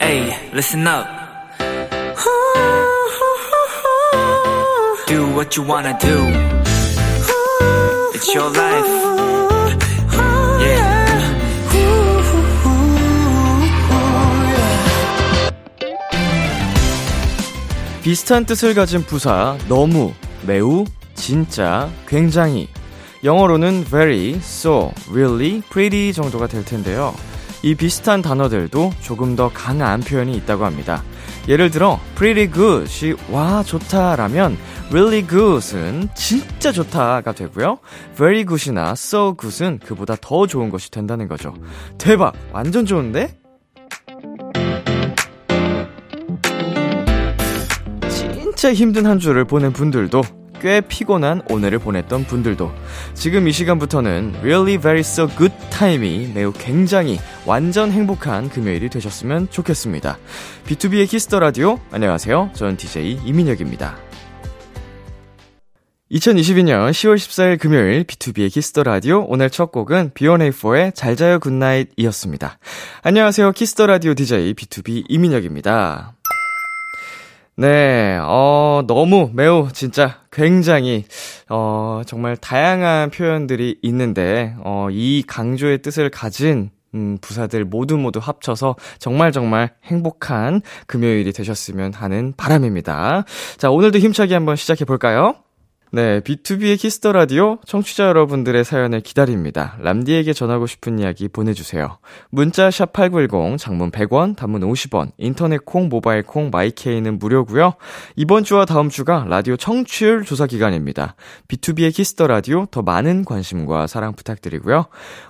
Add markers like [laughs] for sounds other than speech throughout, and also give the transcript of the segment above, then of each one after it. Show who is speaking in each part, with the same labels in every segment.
Speaker 1: Hey, listen up. Do what you wanna do. It's your life.
Speaker 2: 비슷한 뜻을 가진 부사 너무, 매우, 진짜, 굉장히 영어로는 very, so, really, pretty 정도가 될 텐데요. 이 비슷한 단어들도 조금 더 강한 표현이 있다고 합니다. 예를 들어 pretty good이 와 좋다라면 really good은 진짜 좋다가 되고요. very good이나 so good은 그보다 더 좋은 것이 된다는 거죠. 대박! 완전 좋은데? 진짜 힘든 한 주를 보낸 분들도 꽤 피곤한 오늘을 보냈던 분들도 지금 이 시간부터는 really very so good time이 매우 굉장히 완전 행복한 금요일이 되셨으면 좋겠습니다. B2B의 키스터 라디오 안녕하세요. 저는 DJ 이민혁입니다. 2022년 10월 14일 금요일 B2B의 키스터 라디오 오늘 첫 곡은 B1A4의 잘자요 굿나잇이었습니다. 안녕하세요. 키스터 라디오 DJ B2B 이민혁입니다. 네, 어, 너무, 매우, 진짜, 굉장히, 어, 정말 다양한 표현들이 있는데, 어, 이 강조의 뜻을 가진, 음, 부사들 모두 모두 합쳐서 정말 정말 행복한 금요일이 되셨으면 하는 바람입니다. 자, 오늘도 힘차게 한번 시작해 볼까요? 네, B2B의 키스터 라디오 청취자 여러분들의 사연을 기다립니다. 람디에게 전하고 싶은 이야기 보내주세요. 문자 샵 #8910 장문 100원, 단문 50원, 인터넷 콩, 모바일 콩, 마이케이는 무료고요. 이번 주와 다음 주가 라디오 청취율 조사 기간입니다. B2B의 키스터 라디오 더 많은 관심과 사랑 부탁드리고요.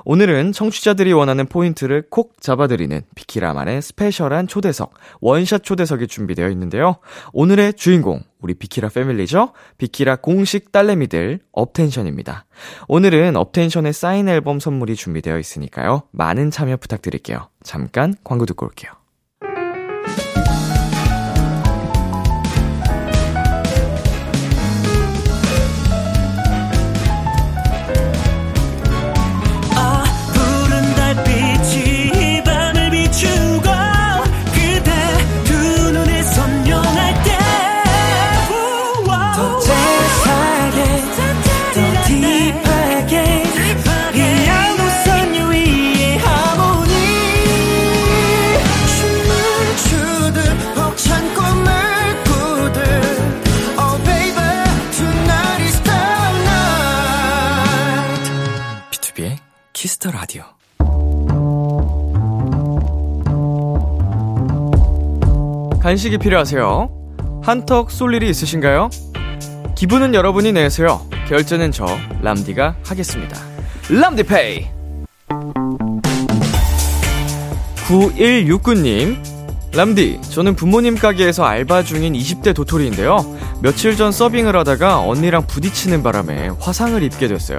Speaker 2: 오늘은 청취자들이 원하는 포인트를 콕 잡아드리는 비키라만의 스페셜한 초대석 원샷 초대석이 준비되어 있는데요. 오늘의 주인공 우리 비키라 패밀리죠? 비키라 공식 딸내미들 업텐션입니다. 오늘은 업텐션의 사인 앨범 선물이 준비되어 있으니까요. 많은 참여 부탁드릴게요. 잠깐 광고 듣고 올게요.
Speaker 3: Oh,
Speaker 2: 키스터 라디오. 간식이 필요하세요? 한턱 쏠 일이 있으신가요? 기분은 여러분이 내세요. 결제는 저 람디가 하겠습니다. 람디페이. 9169님 람디, 저는 부모님 가게에서 알바 중인 20대 도토리인데요. 며칠 전 서빙을 하다가 언니랑 부딪히는 바람에 화상을 입게 됐어요.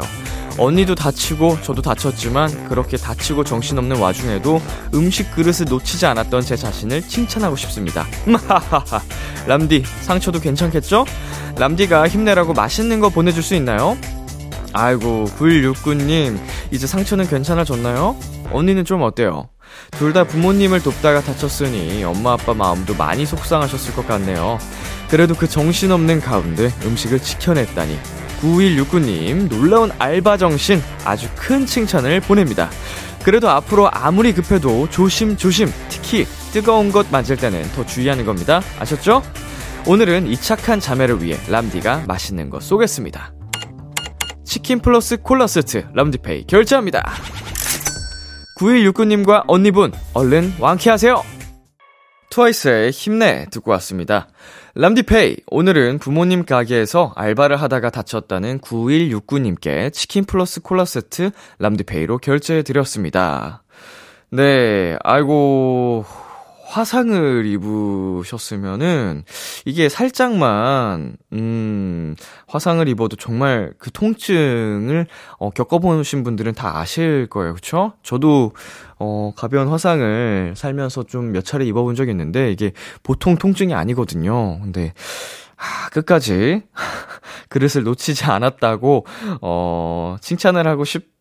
Speaker 2: 언니도 다치고 저도 다쳤지만 그렇게 다치고 정신없는 와중에도 음식 그릇을 놓치지 않았던 제 자신을 칭찬하고 싶습니다. 람디, 상처도 괜찮겠죠? 람디가 힘내라고 맛있는 거 보내줄 수 있나요? 아이고, 9169님, 이제 상처는 괜찮아졌나요? 언니는 좀 어때요? 둘 다 부모님을 돕다가 다쳤으니 엄마 아빠 마음도 많이 속상하셨을 것 같네요. 그래도 그 정신없는 가운데 음식을 지켜냈다니 9169님 놀라운 알바 정신 아주 큰 칭찬을 보냅니다. 그래도 앞으로 아무리 급해도 조심조심 특히 뜨거운 것 만질 때는 더 주의하는 겁니다. 아셨죠? 오늘은 이 착한 자매를 위해 람디가 맛있는 거 쏘겠습니다. 치킨 플러스 콜라 세트 람디페이 결제합니다. 9169님과 언니분 얼른 완쾌하세요. 트와이스의 힘내 듣고 왔습니다. 람디페이, 오늘은 부모님 가게에서 알바를 하다가 다쳤다는 9169님께 치킨 플러스 콜라 세트 람디페이로 결제해드렸습니다. 네, 아이고, 화상을 입으셨으면은, 이게 살짝만, 음, 화상을 입어도 정말 그 통증을, 어, 겪어보신 분들은 다 아실 거예요. 그쵸? 저도, 어, 가벼운 화상을 살면서 좀 몇 차례 입어본 적이 있는데, 이게 보통 통증이 아니거든요. 근데, 아, 끝까지, [laughs] 그릇을 놓치지 않았다고, 어, 칭찬을 하고 싶,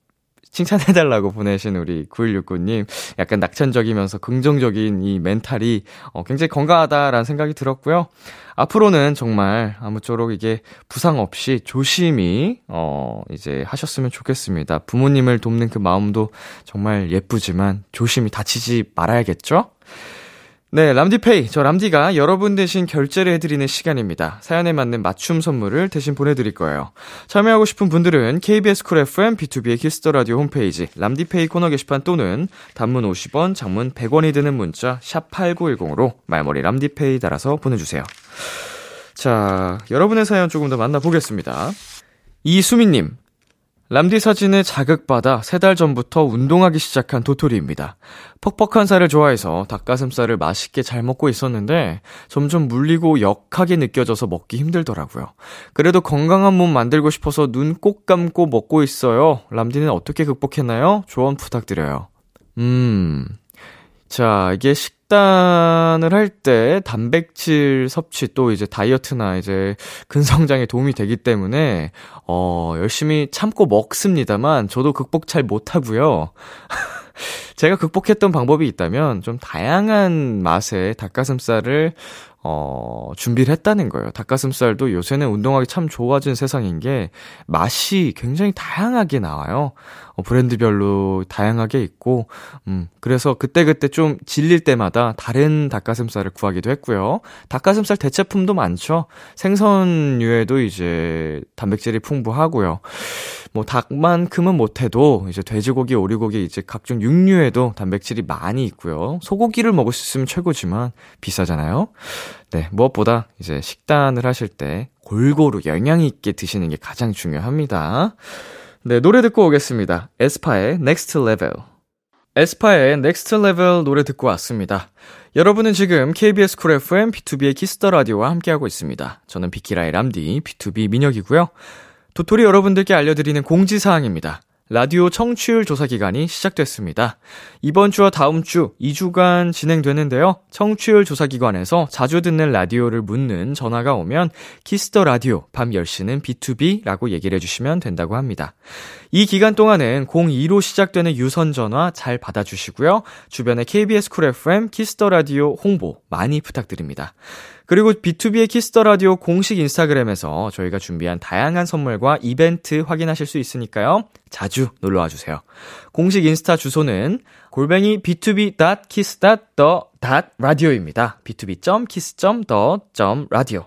Speaker 2: 칭찬해달라고 보내신 우리 9169님. 약간 낙천적이면서 긍정적인 이 멘탈이 어, 굉장히 건강하다라는 생각이 들었고요. 앞으로는 정말 아무쪼록 이게 부상 없이 조심히, 어, 이제 하셨으면 좋겠습니다. 부모님을 돕는 그 마음도 정말 예쁘지만 조심히 다치지 말아야겠죠? 네, 람디페이. 저 람디가 여러분 대신 결제를 해드리는 시간입니다. 사연에 맞는 맞춤 선물을 대신 보내드릴 거예요. 참여하고 싶은 분들은 KBS 쿨 FM, B2B의 키스터 라디오 홈페이지, 람디페이 코너 게시판 또는 단문 50원, 장문 100원이 드는 문자, 샵8910으로 말머리 람디페이 달아서 보내주세요. 자, 여러분의 사연 조금 더 만나보겠습니다. 이수민님, 람디 사진에 자극받아 세 달 전부터 운동하기 시작한 도토리입니다. 퍽퍽한 살을 좋아해서 닭가슴살을 맛있게 잘 먹고 있었는데 점점 물리고 역하게 느껴져서 먹기 힘들더라고요. 그래도 건강한 몸 만들고 싶어서 눈 꼭 감고 먹고 있어요. 람디는 어떻게 극복했나요? 조언 부탁드려요. 음. 자, 이게 식단을 할 때 단백질 섭취 또 이제 다이어트나 이제 근성장에 도움이 되기 때문에 어, 열심히 참고 먹습니다만 저도 극복 잘 못하고요. [laughs] 제가 극복했던 방법이 있다면 좀 다양한 맛의 닭가슴살을 어, 준비를 했다는 거예요. 닭가슴살도 요새는 운동하기 참 좋아진 세상인 게 맛이 굉장히 다양하게 나와요. 어, 브랜드별로 다양하게 있고, 음, 그래서 그때그때 좀 질릴 때마다 다른 닭가슴살을 구하기도 했고요. 닭가슴살 대체품도 많죠. 생선류에도 이제 단백질이 풍부하고요. 뭐 닭만큼은 못해도 이제 돼지고기, 오리고기, 이제 각종 육류에도 단백질이 많이 있고요. 소고기를 먹을 수 있으면 최고지만 비싸잖아요. 네, 무엇보다 이제 식단을 하실 때 골고루 영양 있게 드시는 게 가장 중요합니다. 네, 노래 듣고 오겠습니다. 에스파의 Next Level. 에스파의 Next Level 노래 듣고 왔습니다. 여러분은 지금 KBS 쿨 FM B2B의 키스터 라디오와 함께하고 있습니다. 저는 비키라의 람디 B2B 민혁이고요. 도토리 여러분들께 알려드리는 공지사항입니다. 라디오 청취율 조사 기간이 시작됐습니다. 이번 주와 다음 주 2주간 진행되는데요. 청취율 조사 기관에서 자주 듣는 라디오를 묻는 전화가 오면 키스터 라디오 밤 10시는 B2B라고 얘기를 해주시면 된다고 합니다. 이 기간 동안은 02로 시작되는 유선 전화 잘 받아주시고요. 주변에 KBS 쿨 FM 키스터 라디오 홍보 많이 부탁드립니다. 그리고 B2B의 키스터 라디오 공식 인스타그램에서 저희가 준비한 다양한 선물과 이벤트 확인하실 수 있으니까요. 자주 놀러 와 주세요. 공식 인스타 주소는 골뱅이 b2b.kiss.the.radio입니다. b2b.kiss.the.radio.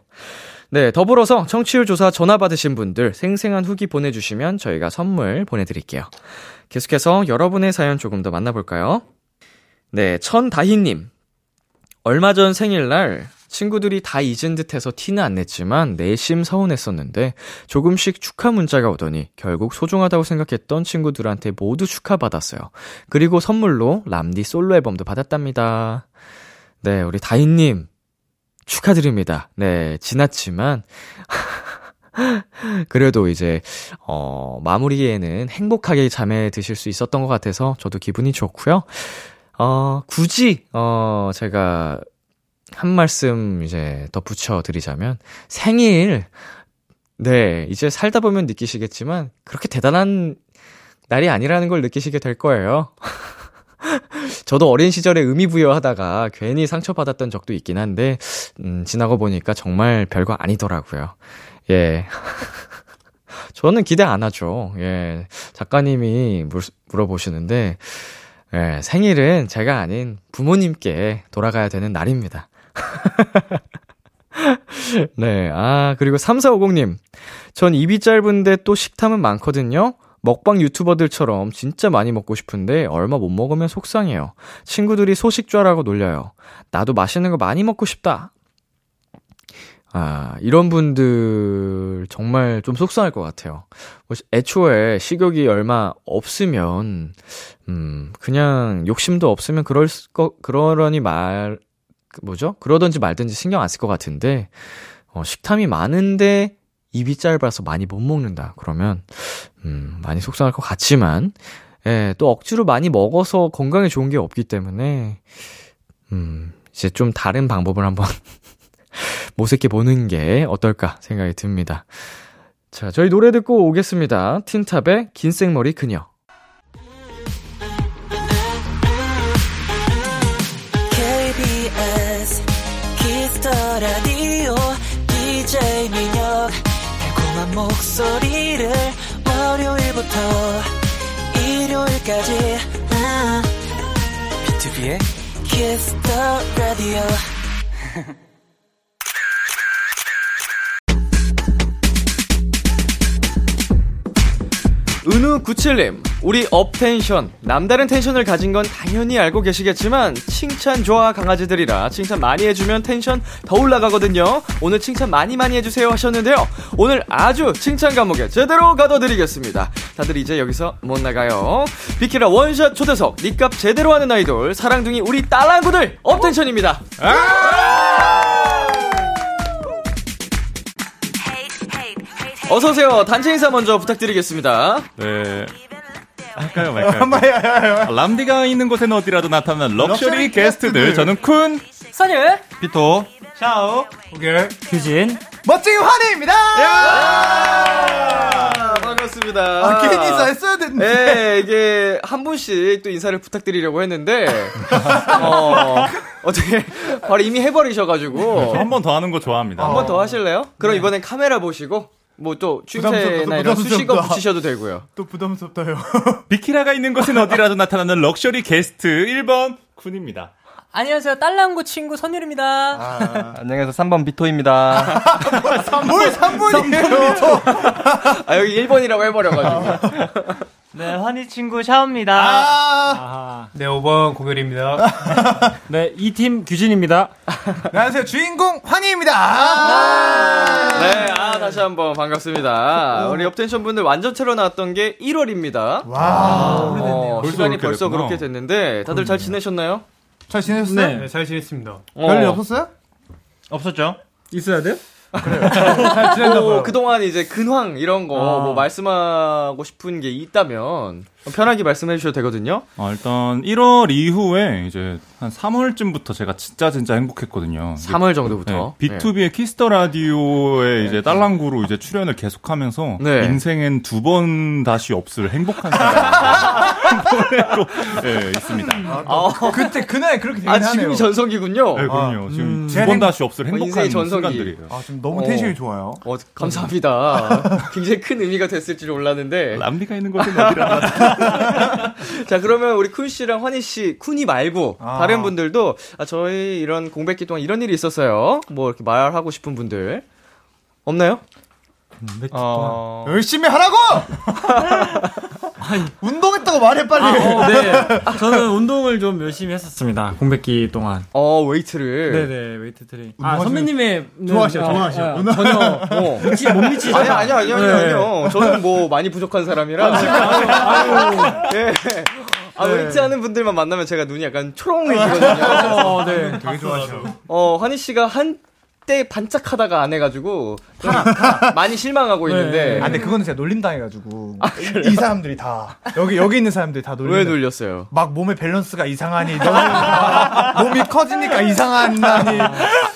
Speaker 2: 네, 더불어서 청취율 조사 전화 받으신 분들 생생한 후기 보내주시면 저희가 선물 보내드릴게요. 계속해서 여러분의 사연 조금 더 만나볼까요? 네, 천다희님. 얼마 전 생일날 친구들이 다 잊은 듯 해서 티는 안 냈지만 내심 서운했었는데 조금씩 축하 문자가 오더니 결국 소중하다고 생각했던 친구들한테 모두 축하받았어요. 그리고 선물로 람디 솔로 앨범도 받았답니다. 네, 우리 다인님 축하드립니다. 네, 지났지만 [laughs] 그래도 이제 어 마무리에는 행복하게 잠에 드실 수 있었던 것 같아서 저도 기분이 좋고요. 어 굳이 어 제가 한 말씀 이제 덧붙여 드리자면 생일 네 이제 살다 보면 느끼시겠지만 그렇게 대단한 날이 아니라는 걸 느끼시게 될 거예요. [laughs] 저도 어린 시절에 의미 부여하다가 괜히 상처받았던 적도 있긴 한데 음, 지나고 보니까 정말 별거 아니더라고요. 예. [laughs] 저는 기대 안 하죠. 예. 작가님이 물, 물어보시는데 예, 생일은 제가 아닌 부모님께 돌아가야 되는 날입니다. [laughs] 네, 아, 그리고 3450님. 전 입이 짧은데 또 식탐은 많거든요? 먹방 유튜버들처럼 진짜 많이 먹고 싶은데 얼마 못 먹으면 속상해요. 친구들이 소식좌라고 놀려요. 나도 맛있는 거 많이 먹고 싶다. 아, 이런 분들 정말 좀 속상할 것 같아요. 애초에 식욕이 얼마 없으면, 음, 그냥 욕심도 없으면 그럴, 거, 그러려니 말, 뭐죠? 그러든지 말든지 신경 안 쓸 것 같은데, 어, 식탐이 많은데 입이 짧아서 많이 못 먹는다. 그러면, 음, 많이 속상할 것 같지만, 예, 또 억지로 많이 먹어서 건강에 좋은 게 없기 때문에, 음, 이제 좀 다른 방법을 한번 모색해 보는 게 어떨까 생각이 듭니다. 자, 저희 노래 듣고 오겠습니다. 틴탑의 긴 생머리 그녀.
Speaker 4: 목소리를 월요일부터 일요일까지 아,
Speaker 1: B2B의
Speaker 4: 키스 더 라디오
Speaker 2: 은우97님, 우리 업텐션. 남다른 텐션을 가진 건 당연히 알고 계시겠지만, 칭찬 좋아 강아지들이라 칭찬 많이 해주면 텐션 더 올라가거든요. 오늘 칭찬 많이 많이 해주세요 하셨는데요. 오늘 아주 칭찬 감옥에 제대로 가둬드리겠습니다. 다들 이제 여기서 못 나가요. 비키라 원샷 초대석, 니값 제대로 하는 아이돌, 사랑둥이 우리 딸랑구들, 업텐션입니다. 어서오세요. 단체 인사 먼저 부탁드리겠습니다.
Speaker 5: 네. [laughs] 할까요, 말까요? 람디가 있는 곳에는 어디라도 나타나는 럭셔리, 게스트들. 저는 쿤,
Speaker 2: 선율.
Speaker 5: 피토.
Speaker 6: 멋쟁이 환희입니다!
Speaker 2: 반갑습니다.
Speaker 6: 아, 괜히 잘써야 됐는데.
Speaker 2: 예, 이게 한 분씩 또 인사를 부탁드리려고
Speaker 6: [laughs]
Speaker 2: 했는데 어, 어떻게 바로 이미 해버리셔가지고
Speaker 5: 한 번 더 하는 거 좋아합니다.
Speaker 2: 한 번 더 하실래요? 그럼 이번엔 카메라 보시고 뭐 또 취재나
Speaker 6: 네. 부담스럽다,
Speaker 2: 이런 수식어
Speaker 6: 부담스럽다.
Speaker 2: 붙이셔도 되고요.
Speaker 6: 또 부담스럽다요.
Speaker 5: 비키라가 있는 곳에는 어디라도 나타나는 럭셔리 게스트 1번 쿤입니다.
Speaker 7: 안녕하세요. 딸랑구 친구 선율입니다.
Speaker 8: 안녕하세요. 3번 비토입니다.
Speaker 6: 뭘 3분이에요!
Speaker 2: 아 여기 1번이라고
Speaker 6: [laughs]
Speaker 2: 해버려가지고
Speaker 7: 네, 환희 친구 샤오입니다.
Speaker 6: 아,
Speaker 7: 네, 5번 고결입니다. 네, 이 팀 규진입니다.
Speaker 6: 안녕하세요. 주인공 환희입니다! 아~
Speaker 2: 네, 아 다시 한번 반갑습니다. 우리 업텐션 분들 완전체로 나왔던 게 1월입니다.
Speaker 6: 와.
Speaker 2: 어, 시간이
Speaker 5: 벌써 그렇게
Speaker 2: 벌써
Speaker 5: 됐구나.
Speaker 2: 그렇게 됐는데 다들 잘 지내셨나요?
Speaker 6: 잘 지내셨어요?
Speaker 7: 잘 지냈습니다.
Speaker 6: 별일
Speaker 2: 어.
Speaker 6: 없었어요?
Speaker 5: 없었죠?
Speaker 7: 있어야 돼요?
Speaker 6: 잘 지냈나
Speaker 2: 또
Speaker 6: 봐요.
Speaker 2: 뭐
Speaker 6: 아.
Speaker 2: 그동안 이제 근황 이런 거 뭐 말씀하고 싶은 게 있다면 뭐 편하게 말씀해 주셔도 되거든요.
Speaker 5: 어, 일단 1월 이후에 이제 한 3월쯤부터 제가 진짜 진짜 행복했거든요. 이게
Speaker 2: 3월 정도부터.
Speaker 5: 네, B2B의 키스터 라디오에 이제 딸랑구로 이제 출연을 계속하면서
Speaker 2: 네.
Speaker 5: 인생엔 두 번 다시 없을 행복한 시간 [laughs] 보내고 예, 있습니다.
Speaker 6: [laughs] 그때, 그날 그렇게 되긴
Speaker 2: 아,
Speaker 6: 하네요.
Speaker 2: 지금이 전성기군요. 어.
Speaker 5: 네, 그럼요. 지금 두
Speaker 6: 재능-
Speaker 5: 번 다시 없을 행복한
Speaker 2: 인생의 전성기.
Speaker 5: 순간들이에요.
Speaker 6: 아, 지금 너무
Speaker 2: 어.
Speaker 6: 텐션이 좋아요.
Speaker 2: 어,
Speaker 6: [laughs]
Speaker 2: 감사합니다. 굉장히 큰 의미가 됐을 줄 몰랐는데.
Speaker 5: 람디가 있는 곳은 어디라
Speaker 2: 자, 그러면 우리 쿤 씨랑 환희 씨, 쿤이 말고
Speaker 6: 아.
Speaker 2: 다른 분들도 아, 저희 이런 공백기 동안 이런 일이 있었어요. 뭐 이렇게 말하고 싶은 분들 없나요?
Speaker 8: 어,
Speaker 6: 열심히 하라고!
Speaker 7: [laughs]
Speaker 6: 운동했다고 말해, 빨리!
Speaker 7: 네. 저는 운동을 좀 열심히 했었습니다. 공백기 동안.
Speaker 2: 어, 웨이트를.
Speaker 7: 네네, 웨이트 트레이닝. 아,
Speaker 6: 운동하시는-
Speaker 7: 선배님의.
Speaker 6: 좋아하셔, 좋아하셔.
Speaker 7: 전혀.
Speaker 2: 어.
Speaker 7: 미치,
Speaker 6: 그
Speaker 7: 못 미치죠.
Speaker 2: 아니 아니 아니 아니
Speaker 7: 네.
Speaker 2: 아니요. 저는 뭐 많이 부족한
Speaker 6: 아,
Speaker 2: 사람이라. 예. 아,
Speaker 6: 네.
Speaker 2: 웨이트 하는 분들만 만나면 제가 눈이 약간 초롱해지거든요.
Speaker 7: 어, 네.
Speaker 6: 되게 좋아하셔.
Speaker 2: 어, 환희 씨가 한때 반짝하다가 안 해가지고 많이 실망하고 있는데
Speaker 6: 아, 근데 그거는 제가 놀림당해가지고. 이 사람들이 다. 여기, 여기 있는 사람들이 다 놀림.
Speaker 2: 왜 놀렸어요?
Speaker 6: 막 몸의 밸런스가 이상하니 너무 [laughs] 몸이 커지니까 이상하니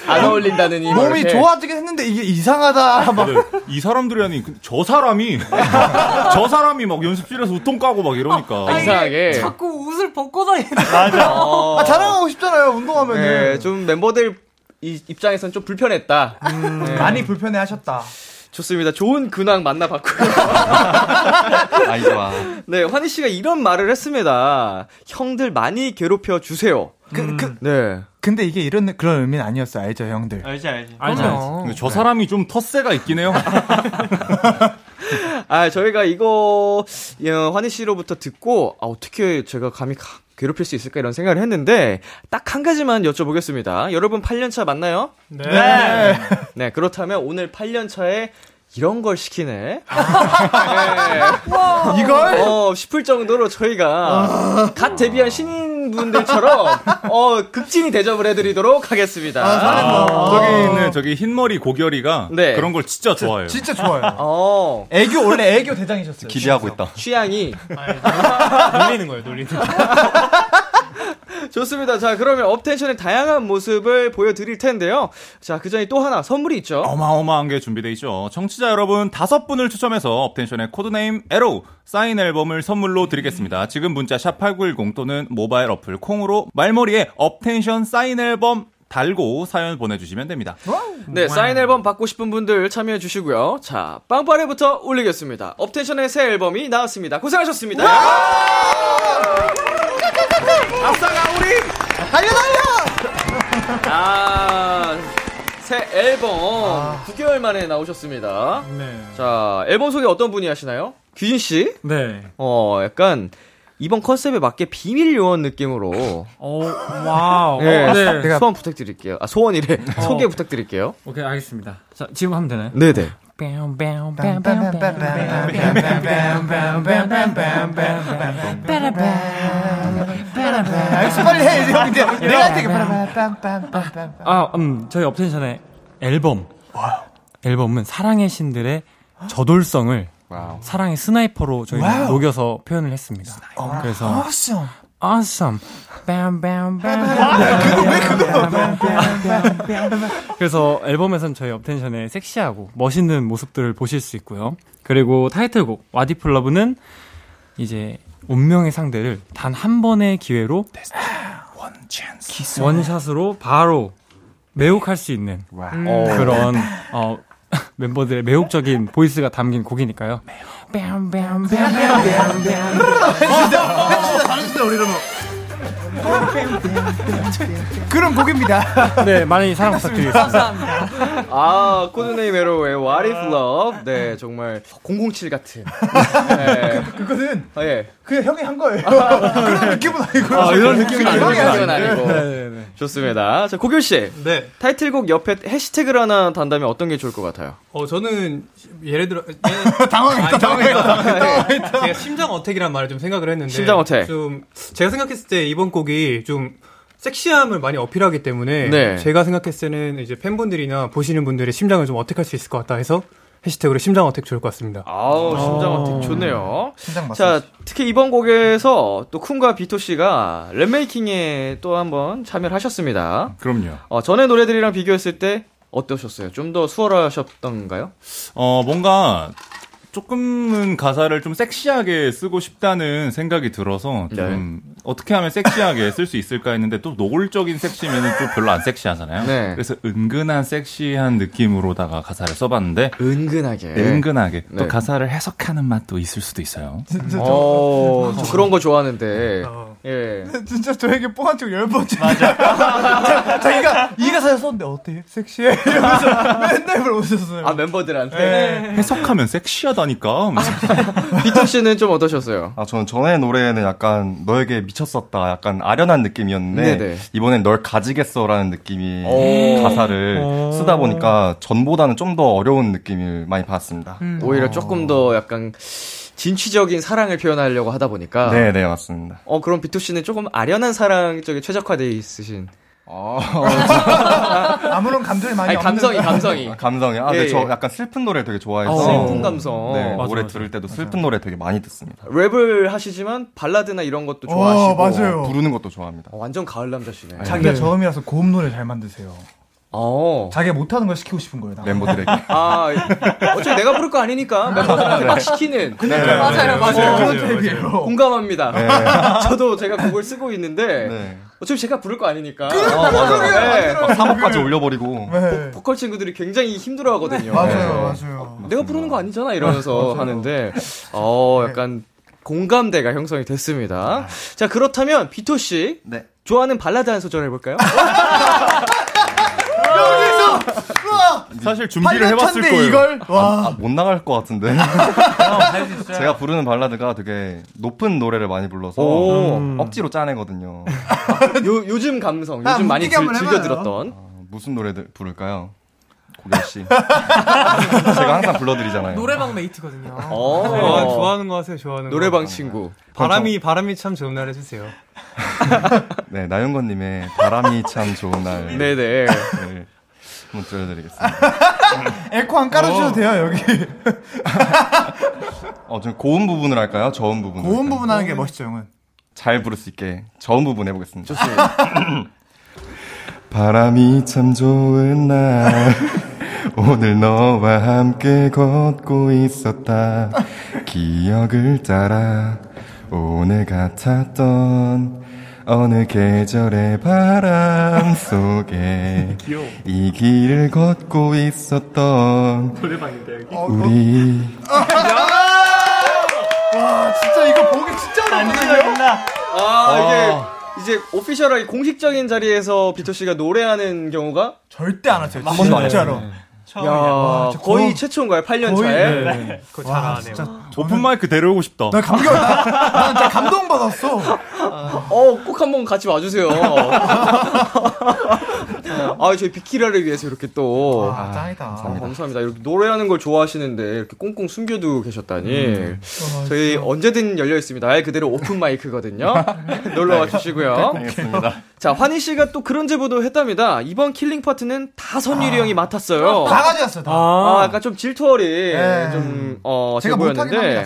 Speaker 2: 안 어울린다느니 뭐
Speaker 6: 몸이
Speaker 2: 이렇게.
Speaker 6: 좋아지긴 했는데 이게 이상하다 막
Speaker 5: 이 사람들이 아니 근데 저 사람이 [laughs] 저 사람이 막 연습실에서 우통 까고 막 이러니까
Speaker 2: 이상하게.
Speaker 7: 자꾸 옷을 벗고 다니는.
Speaker 2: 어,
Speaker 6: 아, 자랑하고 싶잖아요 운동하면
Speaker 2: 네, 좀 멤버들 이- 입장에선 좀 불편했다.
Speaker 6: 네. 많이 불편해하셨다
Speaker 2: 좋습니다. 좋은 근황 만나봤고요.
Speaker 8: [laughs] 아이 좋아.
Speaker 2: 네, 환희 씨가 이런 말을 했습니다. 형들 많이 괴롭혀 주세요.
Speaker 6: 그, 그,
Speaker 2: 네.
Speaker 6: 근데 이게 이런 그런 의미는 아니었어요 알죠 형들
Speaker 7: 알지, 알지.
Speaker 5: 근데 저 사람이 좀 텃세가 있긴 해요.
Speaker 2: 아, 저희가 이거, 예, 환희 씨로부터 듣고, 아, 어떻게 제가 감히 가- 괴롭힐 수 있을까 이런 생각을 했는데, 딱 한 가지만 여쭤보겠습니다. 여러분 8년차 맞나요?
Speaker 6: 네.
Speaker 2: 네, 그렇다면 오늘 8년차에 이런 걸 시키네.
Speaker 6: 아. 이걸
Speaker 2: 어, 싶을 정도로 저희가 갓 데뷔한 신인분들처럼, 어, 극진히 대접을 해드리도록
Speaker 6: 아,
Speaker 2: 하겠습니다.
Speaker 5: 저기 있는 저기 흰머리 고결이가
Speaker 2: 네.
Speaker 5: 그런 걸 진짜 좋아해요.
Speaker 6: 진짜 좋아요
Speaker 2: 어,
Speaker 6: 애교 원래 애교 대장이셨어요
Speaker 8: 기대하고 있다.
Speaker 2: 취향이.
Speaker 7: 아, 놀리는 거예요, 놀리는 거.
Speaker 2: [laughs] 좋습니다. 자, 그러면 업텐션의 다양한 모습을 보여드릴 텐데요. 자, 그 전에 또 하나 선물이 있죠.
Speaker 5: 어마어마한 게 준비되어 있죠. 청취자 여러분 다섯 분을 추첨해서 업텐션의 코드네임 에로 사인 앨범을 선물로 드리겠습니다. 지금 문자 샵8910 또는 모바일 어플 콩으로 말머리에 업텐션 사인 앨범 달고 사연 보내주시면 됩니다.
Speaker 2: 네, 사인 앨범 받고 싶은 분들 참여해 주시고요. 자, 빵빠레부터 올리겠습니다. 업텐션의 새 앨범이 나왔습니다. 고생하셨습니다. 앞서가 우리 달려 달려. 아, 새 앨범 9개월 만에 나오셨습니다.
Speaker 7: 네.
Speaker 2: 자, 앨범 소개 어떤 분이 하시나요? 규진 씨?
Speaker 7: 네.
Speaker 2: 어, 약간 이번 컨셉에 맞게 비밀 요원 느낌으로
Speaker 7: 오, 와우.
Speaker 2: 네,
Speaker 7: 어, 네.
Speaker 2: 내가- 소원 부탁드릴게요. 아, 소원이래. 소개 부탁드릴게요.
Speaker 7: 오케이, 알겠습니다. 자, 지금 하면 되나요?
Speaker 2: 네, 네.
Speaker 6: 알겠어, 빨리 해. 이제 형 이제 내가 되게 바라봐.
Speaker 7: 아, 음, 저희 업텐션의 앨범. 앨범은 사랑의 신들의 저돌성을 사랑의 스나이퍼로 저희가 녹여서 표현을 했습니다. 그래서
Speaker 6: awesome.
Speaker 7: awesome. 그래서 앨범에선 저희 업텐션의 섹시하고 멋있는 모습들을 보실 수 있고요. 그리고 타이틀곡 와디플러브는 이제 운명의 상대를 단 한 번의 기회로 원샷으로 바로 매혹할 수 있는
Speaker 2: 음.
Speaker 9: 어.
Speaker 7: 그런 어, [laughs] 멤버들의 매혹적인 보이스가 담긴 곡이니까요.
Speaker 6: 그런 곡입니다.
Speaker 7: 네, 많이 사랑 부탁드리겠습니다.
Speaker 2: 아, 코드네임 에로의 What if love? 네, 정말 007 같은. 네.
Speaker 6: 그거는
Speaker 2: 아, 예.
Speaker 6: 그냥 형이 한 거예요. 아, 그런 느낌은 아니고.
Speaker 2: 아, 이런 느낌이
Speaker 6: 아니에요.
Speaker 2: 아니건 아니고.
Speaker 7: 네, 네.
Speaker 2: 좋습니다. 자, 고교 씨.
Speaker 9: 네.
Speaker 2: 타이틀곡 옆에 해시태그를 하나 단다면 어떤 게 좋을 것 같아요?
Speaker 9: 어 저는 예를 들어 예,
Speaker 6: 당황했다.
Speaker 9: 아니,
Speaker 6: 당황했다.
Speaker 9: 제가 심장 어택이란 말을 좀 생각을 했는데
Speaker 2: 심장 어택.
Speaker 9: 네, 좀 제가 생각했을 때 이번 곡이 좀 섹시함을 많이 어필하기 때문에
Speaker 2: 네.
Speaker 9: 제가 생각했을 때는 이제 팬분들이나 보시는 분들의 심장을 좀 어택할 수 있을 것 같다 해서 해시태그로 심장 어택 좋을 것 같습니다.
Speaker 2: 아우, 심장 어택 좋네요.
Speaker 6: 심장
Speaker 2: 자,
Speaker 6: 마사지.
Speaker 2: 특히 이번 곡에서 또 쿤과 비토 씨가 랩메이킹에 또 한번 참여를 하셨습니다.
Speaker 5: 그럼요.
Speaker 2: 어, 전에 노래들이랑 비교했을 때 어떠셨어요? 좀 더 수월하셨던가요?
Speaker 5: 어, 뭔가 조금은 가사를 좀 섹시하게 쓰고 싶다는 생각이 들어서 좀 어떻게 하면 섹시하게 쓸 수 있을까 했는데 또 노골적인 섹시면은 또 별로 안 섹시하잖아요.
Speaker 2: 네.
Speaker 5: 그래서 은근한 섹시한 느낌으로다가 가사를 써봤는데
Speaker 2: 은근하게.
Speaker 8: 예.
Speaker 5: 네, 은근하게
Speaker 2: 네.
Speaker 5: 또 가사를 해석하는 맛도 있을 수도 있어요.
Speaker 2: 어, 저 그런 거 좋아하는데. 예.
Speaker 6: [laughs] 진짜 저에게 뽀한 쪽 열 번째. 맞아. [laughs] 자, 자기가 이 가사에 썼는데 어때? 섹시해? 이러면서 맨날 물어보셨어요.
Speaker 2: 아,
Speaker 6: 네.
Speaker 2: 멤버들한테.
Speaker 5: 해석하면 섹시하다니까.
Speaker 2: 네. 비토 씨는 좀 어떠셨어요?
Speaker 8: 아, 저는 전에 노래는 약간 너에게 미쳤었다, 약간 아련한 느낌이었는데
Speaker 2: 네네.
Speaker 8: 이번엔 널 가지겠어라는 느낌이
Speaker 5: 아.
Speaker 2: 오.
Speaker 8: 가사를 쓰다 보니까 전보다는 좀 더 어려운 느낌을 많이 받았습니다.
Speaker 2: 음. 오히려 조금 더 약간 진취적인 사랑을 표현하려고 하다 보니까.
Speaker 8: 네, 네 맞습니다.
Speaker 2: 어, 그럼 비토 씨는 조금 아련한 사랑 쪽에 최적화되어 있으신.
Speaker 6: 아무런 감정이 많이
Speaker 2: 아니,
Speaker 6: 없는
Speaker 2: 감성이, 감성이.
Speaker 8: 아, 감성이 아,
Speaker 2: 예,
Speaker 8: 네, 저
Speaker 2: 예.
Speaker 8: 약간 슬픈 노래 되게 좋아해서
Speaker 2: 슬픈 감성.
Speaker 8: 네,
Speaker 7: 맞아,
Speaker 8: 노래
Speaker 7: 맞아.
Speaker 8: 들을 때도 슬픈 노래 되게 많이 듣습니다.
Speaker 2: 랩을 하시지만 발라드나 이런 것도 좋아하시고.
Speaker 6: 어, 맞아요.
Speaker 8: 부르는 것도 좋아합니다.
Speaker 2: 어, 완전 가을 남자시네.
Speaker 6: 자기가 저음이라서 고음 노래 잘 만드세요.
Speaker 2: 어.
Speaker 6: 자기가 못하는 걸 시키고 싶은 거예요. 나.
Speaker 8: 멤버들에게.
Speaker 2: 아, 어차피 내가 부를 거 아니니까
Speaker 8: 네.
Speaker 2: 멤버들한테 막 시키는. 네.
Speaker 6: 맞아요,
Speaker 5: 맞아요,
Speaker 6: 어, 그런
Speaker 5: 맞아요,
Speaker 6: 탭이에요.
Speaker 2: 공감합니다. [laughs] 저도 제가 곡을 쓰고 있는데
Speaker 8: 네.
Speaker 2: 어차피 제가 부를 거 아니니까.
Speaker 8: 아, 맞아.
Speaker 2: 네.
Speaker 8: 막 사복까지 올려버리고.
Speaker 6: 네.
Speaker 2: 보컬 친구들이 굉장히 힘들어하거든요. 네.
Speaker 6: 맞아요, 맞아요.
Speaker 2: 내가 부르는 거 아니잖아 이러면서 하는데 어 약간 공감대가 형성이 됐습니다. 자 그렇다면 비토 씨
Speaker 8: 네.
Speaker 2: 좋아하는 발라드 한 소절 해볼까요?
Speaker 5: 사실 준비를 해봤을
Speaker 6: 한라찬데
Speaker 5: 거예요.
Speaker 6: 이걸 와.
Speaker 8: 아, 못 나갈 것 같은데. 제가 부르는 발라드가 되게 높은 노래를 많이 불러서
Speaker 2: 오.
Speaker 8: 억지로
Speaker 2: [laughs]
Speaker 8: 짜내거든요.
Speaker 2: 요 요즘 감성
Speaker 6: 아,
Speaker 2: 요즘 많이
Speaker 6: 웃기게
Speaker 2: 즐,
Speaker 6: 한번 해봐요.
Speaker 2: 즐겨 들었던
Speaker 8: 어, 무슨 노래들 부를까요? 고결 씨. [laughs] 제가 항상 불러드리잖아요.
Speaker 9: 노래방 메이트거든요.
Speaker 2: 어.
Speaker 9: 좋아하는 거 하세요. 좋아하는 거.
Speaker 2: 노래방 친구
Speaker 9: 바람이 바람이 참 좋은 날 해주세요.
Speaker 8: 네, 나윤건님의 바람이 참 좋은 날.
Speaker 2: 네네
Speaker 8: 을 한번 들려드리겠습니다.
Speaker 6: 에코 안 깔아주셔도 돼요 [laughs] 여기.
Speaker 8: 어, 좀 고음 부분을 할까요? 저음 부분.
Speaker 6: 고음 부분 하는 게 멋있죠 형은.
Speaker 8: 잘 부를 수 있게 저음 부분 해보겠습니다. 바람이 참 좋은 날 [laughs] 오늘 너와 함께 걷고 있었다 기억을 따라 오늘 같았던 어느 계절의 바람 속에 이 길을 걷고 있었던 우리
Speaker 6: 와 진짜 이거 보기 진짜 어렵거든요.
Speaker 2: 아, 이게 이제 오피셜하게 공식적인 자리에서 비토 씨가 노래하는 경우가
Speaker 6: 절대 안 하죠. 한
Speaker 8: 번도 안
Speaker 6: 아, 진짜로.
Speaker 2: 야,
Speaker 9: 아,
Speaker 2: 거의 최초인가요? 8년 차에.
Speaker 9: 네.
Speaker 10: 그거 잘 안 해요.
Speaker 5: 오픈 마이크 데려오고 싶다.
Speaker 6: 나 감격. 나, 나 진짜 감동 받았어.
Speaker 2: 어, 꼭 한번 같이
Speaker 9: [laughs]
Speaker 2: 와주세요. [laughs] 아, 저희 비키라를 위해서 이렇게 또.
Speaker 6: 아, 짱이다.
Speaker 2: 아, 감사합니다. 이렇게 노래하는 걸 좋아하시는데 이렇게 꽁꽁 숨겨두고 계셨다니. 저희 언제든 열려 있습니다. 아예 그대로 오픈 마이크거든요. 놀러 와 주시고요.
Speaker 8: 알겠습니다.
Speaker 2: 자, 환희 씨가 또 그런 제보도 했답니다. 이번 킬링 파트는 다 선율이 형이 맡았어요.
Speaker 6: 다 가져왔어요. 다.
Speaker 2: 아, 약간 좀 질투어리
Speaker 6: 예.
Speaker 2: 좀 어,
Speaker 6: 제가 못하긴 합니다
Speaker 2: 제보였는데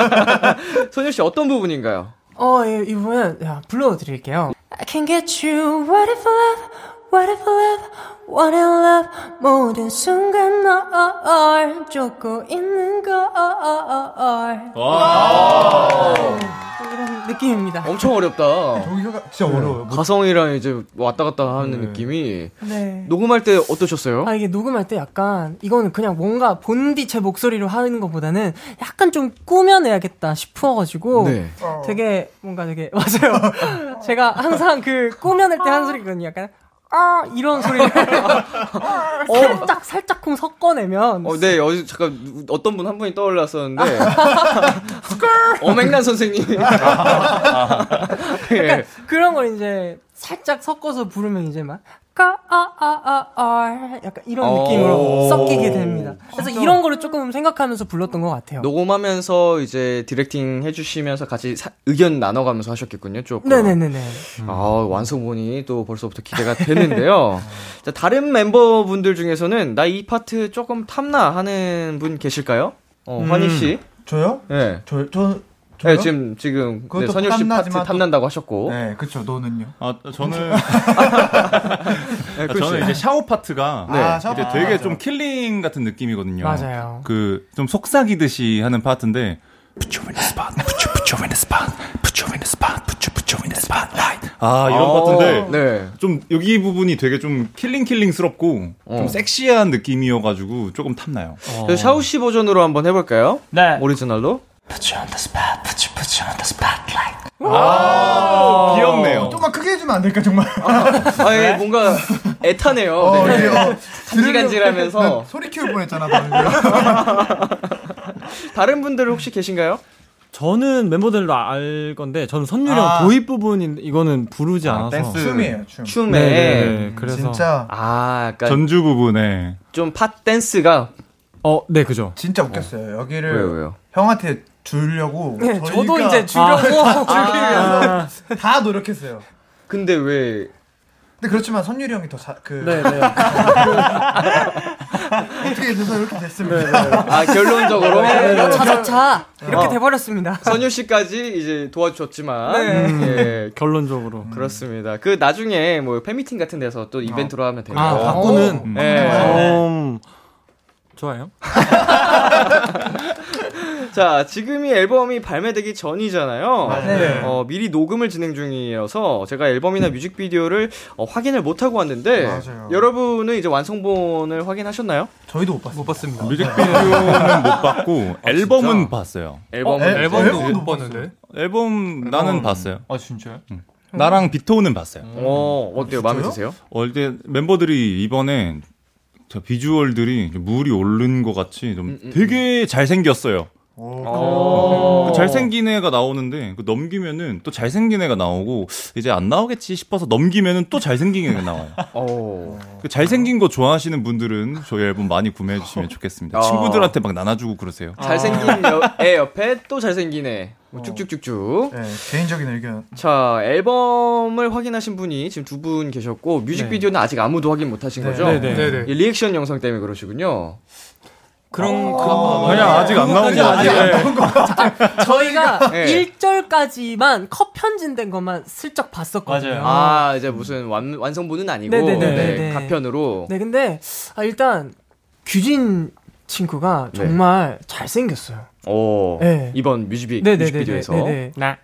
Speaker 6: 저거를.
Speaker 2: 선율 씨 어떤 부분인가요?
Speaker 3: 어, 예, 이 부분 야, 불러드릴게요. I can get you what if love, what if love, what if love 모든 순간 널 쫓고 있는 걸
Speaker 4: 어,
Speaker 3: 이런 느낌입니다.
Speaker 2: 엄청
Speaker 6: [laughs]
Speaker 2: 어렵다.
Speaker 6: 여기가 네. 진짜 어려워요. 뭐,
Speaker 2: 가성이랑 이제 왔다 갔다 하는 느낌이
Speaker 3: 네.
Speaker 2: 녹음할 때 어떠셨어요?
Speaker 3: 아 이게 녹음할 때 약간 이거는 그냥 뭔가 본디 제 목소리로 하는 것보다는 약간 좀 꾸며내야겠다 싶어가지고
Speaker 2: 네.
Speaker 3: 되게 뭔가 되게 [laughs] 맞아요. 제가 항상 그 꾸며낼 때 하는 소리거든요. 약간 아 이런 소리를 [laughs] 어, 살짝 살짝쿵 섞어내면
Speaker 2: 어, 네, 어제 잠깐 누- 어떤 분 한 분이
Speaker 6: [laughs]
Speaker 2: 떠올랐었는데 어맹란 선생님. 예.
Speaker 3: 그런 걸 이제 살짝 섞어서 부르면 이제 막 아, 까아아아아 약간 이런
Speaker 2: 어.
Speaker 3: 느낌으로 섞이게 됩니다. 그래서 이런 거를 조금 생각하면서 불렀던 것 같아요.
Speaker 2: 녹음하면서 이제 디렉팅 해주시면서 같이 사- 의견 나눠가면서 하셨겠군요, 조금.
Speaker 3: 네네네네.
Speaker 2: 아, 완성본이 또 벌써부터 기대가 되는데요.
Speaker 6: [laughs]
Speaker 2: 자, 다른 멤버분들 중에서는 나 이 파트 조금 탐나 하는 분 계실까요? 어, 환희 씨.
Speaker 6: 저요?
Speaker 2: 예.
Speaker 6: 저,
Speaker 2: 예,
Speaker 6: 저, 음. 저요?
Speaker 2: 지금, 지금, 네,
Speaker 6: 그것도
Speaker 2: 선율 씨 파트
Speaker 6: 탐나지만 또-
Speaker 2: 탐난다고 하셨고.
Speaker 6: 네, 그쵸, 너는요.
Speaker 5: 아, 저는
Speaker 2: 예, 그렇지.
Speaker 5: 아, 저는 이제 샤워 파트가
Speaker 2: 네.
Speaker 6: 아, 샤워
Speaker 5: 이제
Speaker 6: 파트.
Speaker 5: 되게 좀 킬링 같은 느낌이거든요.
Speaker 3: 맞아요.
Speaker 5: 그 좀 속삭이듯이 하는 파트인데
Speaker 2: 어,
Speaker 5: put you in the spot. Put you, put you in the spot. Put you, put you in the spot. Put you, put you in the spot. Light. 아, 이런 파트인데
Speaker 2: 네.
Speaker 5: 좀 여기 부분이 되게 좀 킬링 킬링스럽고
Speaker 2: 어.
Speaker 5: 좀 섹시한 느낌이어가지고 조금 탐나요.
Speaker 2: 그래서 샤오 씨 버전으로 한번 해볼까요?
Speaker 7: 네.
Speaker 2: 오리지널로.
Speaker 5: 귀엽네요.
Speaker 6: 어, 좀만 크게 해주면 안 될까, 정말.
Speaker 2: 아, 예, 뭔가 애타네요.
Speaker 6: 어,
Speaker 2: 네.
Speaker 6: 이게, 어,
Speaker 2: 간질간질하면서
Speaker 6: 난 소리 키울 뻔했잖아, 방금.
Speaker 2: 다른 분들 혹시 계신가요?
Speaker 7: 저는 멤버들도 알 건데 저는 선율형
Speaker 6: 아.
Speaker 7: 도입 부분인 이거는 부르지
Speaker 8: 아,
Speaker 7: 않아서
Speaker 8: 댄스.
Speaker 6: 춤이에요, 춤.
Speaker 2: 춤에
Speaker 7: 네, 네, 네. 그래서
Speaker 6: 진짜,
Speaker 2: 아 약간
Speaker 5: 전주 부분에
Speaker 2: 좀팟 댄스가
Speaker 7: 어네 그죠
Speaker 6: 진짜 웃겼어요. 여기를
Speaker 2: 왜요 왜요?
Speaker 6: 형한테 주려고.
Speaker 3: 네,
Speaker 6: 저희가
Speaker 3: 저도 이제 주려고
Speaker 6: 주기 위해서 다 노력했어요.
Speaker 2: 근데 왜
Speaker 6: 근데 그렇지만 선율이 형이 더 자, 그.
Speaker 7: 네네
Speaker 6: 어떻게 돼서 이렇게 됐습니다.
Speaker 2: 아, 결론적으로
Speaker 4: 네.
Speaker 3: 차차차 이렇게
Speaker 2: 어.
Speaker 3: 돼버렸습니다.
Speaker 2: 선율 씨까지 이제 도와주셨지만 예,
Speaker 7: [laughs] 결론적으로
Speaker 2: 그렇습니다. 그 나중에 뭐 팬미팅 같은 데서 또 이벤트로 하면 되고.
Speaker 7: 아
Speaker 2: 요
Speaker 7: 바꾸는
Speaker 9: 네.
Speaker 2: 예.
Speaker 7: 음, 좋아요
Speaker 2: 자, 지금이 앨범이 발매되기 전이잖아요.
Speaker 6: 네.
Speaker 2: 어, 미리 녹음을 진행 중이어서 제가 앨범이나 뮤직비디오를 어, 확인을 못하고 왔는데
Speaker 6: 맞아요.
Speaker 2: 여러분은 이제 완성본을 확인하셨나요?
Speaker 6: 저희도 못 봤어요.
Speaker 10: 못 봤습니다.
Speaker 5: 뮤직비디오는 못 [laughs] 봤고 앨범은 봤어요.
Speaker 2: 앨범은
Speaker 6: 네, 앨- 앨범도
Speaker 10: 못 봤는데.
Speaker 5: 앨범 나는 봤어요.
Speaker 10: 아 진짜요?
Speaker 5: 나랑 비토는 봤어요.
Speaker 2: 어, 어때요? 마음에 드세요?
Speaker 5: 어, 이제 멤버들이 이번에 저 비주얼들이 좀 물이 오른 것 같이
Speaker 2: 음,
Speaker 5: 좀 되게 잘생겼어요.
Speaker 2: 어.
Speaker 5: 그 잘생긴 애가 나오는데 그 넘기면은 또 잘생긴 애가 나오고 이제 안 나오겠지 싶어서 넘기면은 또 잘생긴
Speaker 2: [laughs]
Speaker 5: 애가 나와요.
Speaker 2: 어.
Speaker 5: 그 잘생긴 거 좋아하시는 분들은 저희 앨범 많이 구매해 주시면 좋겠습니다. 친구들한테 막 나눠주고 그러세요.
Speaker 2: 아. 잘생긴 여- 애 옆에 또 잘생긴 애. 뭐 쭉쭉쭉쭉.
Speaker 6: 네, 개인적인 의견.
Speaker 2: 자, 앨범을 확인하신 분이 지금 두 분 계셨고, 뮤직비디오는 아직 아무도 확인 못 하신 거죠?
Speaker 7: 네네.
Speaker 10: 네네.
Speaker 2: 이 리액션 영상 때문에 그러시군요.
Speaker 7: 그런
Speaker 5: 그냥 아직 안 나온 거 아직
Speaker 2: [laughs]
Speaker 3: 저희가
Speaker 2: 예.
Speaker 3: 1절까지만 컷 편집된 것만 슬쩍 봤었거든요.
Speaker 2: 아, 이제 무슨 완, 완성본은 아니고,
Speaker 3: 음. 네네네네네.
Speaker 2: 네, 가편으로.
Speaker 3: 네, 근데 아, 일단 규진 친구가
Speaker 2: 네.
Speaker 3: 정말 잘생겼어요.
Speaker 2: 오,
Speaker 3: 네.
Speaker 2: 이번 뮤직비,
Speaker 3: 네네네네.
Speaker 2: 뮤직비디오에서.
Speaker 3: 네네.
Speaker 7: 나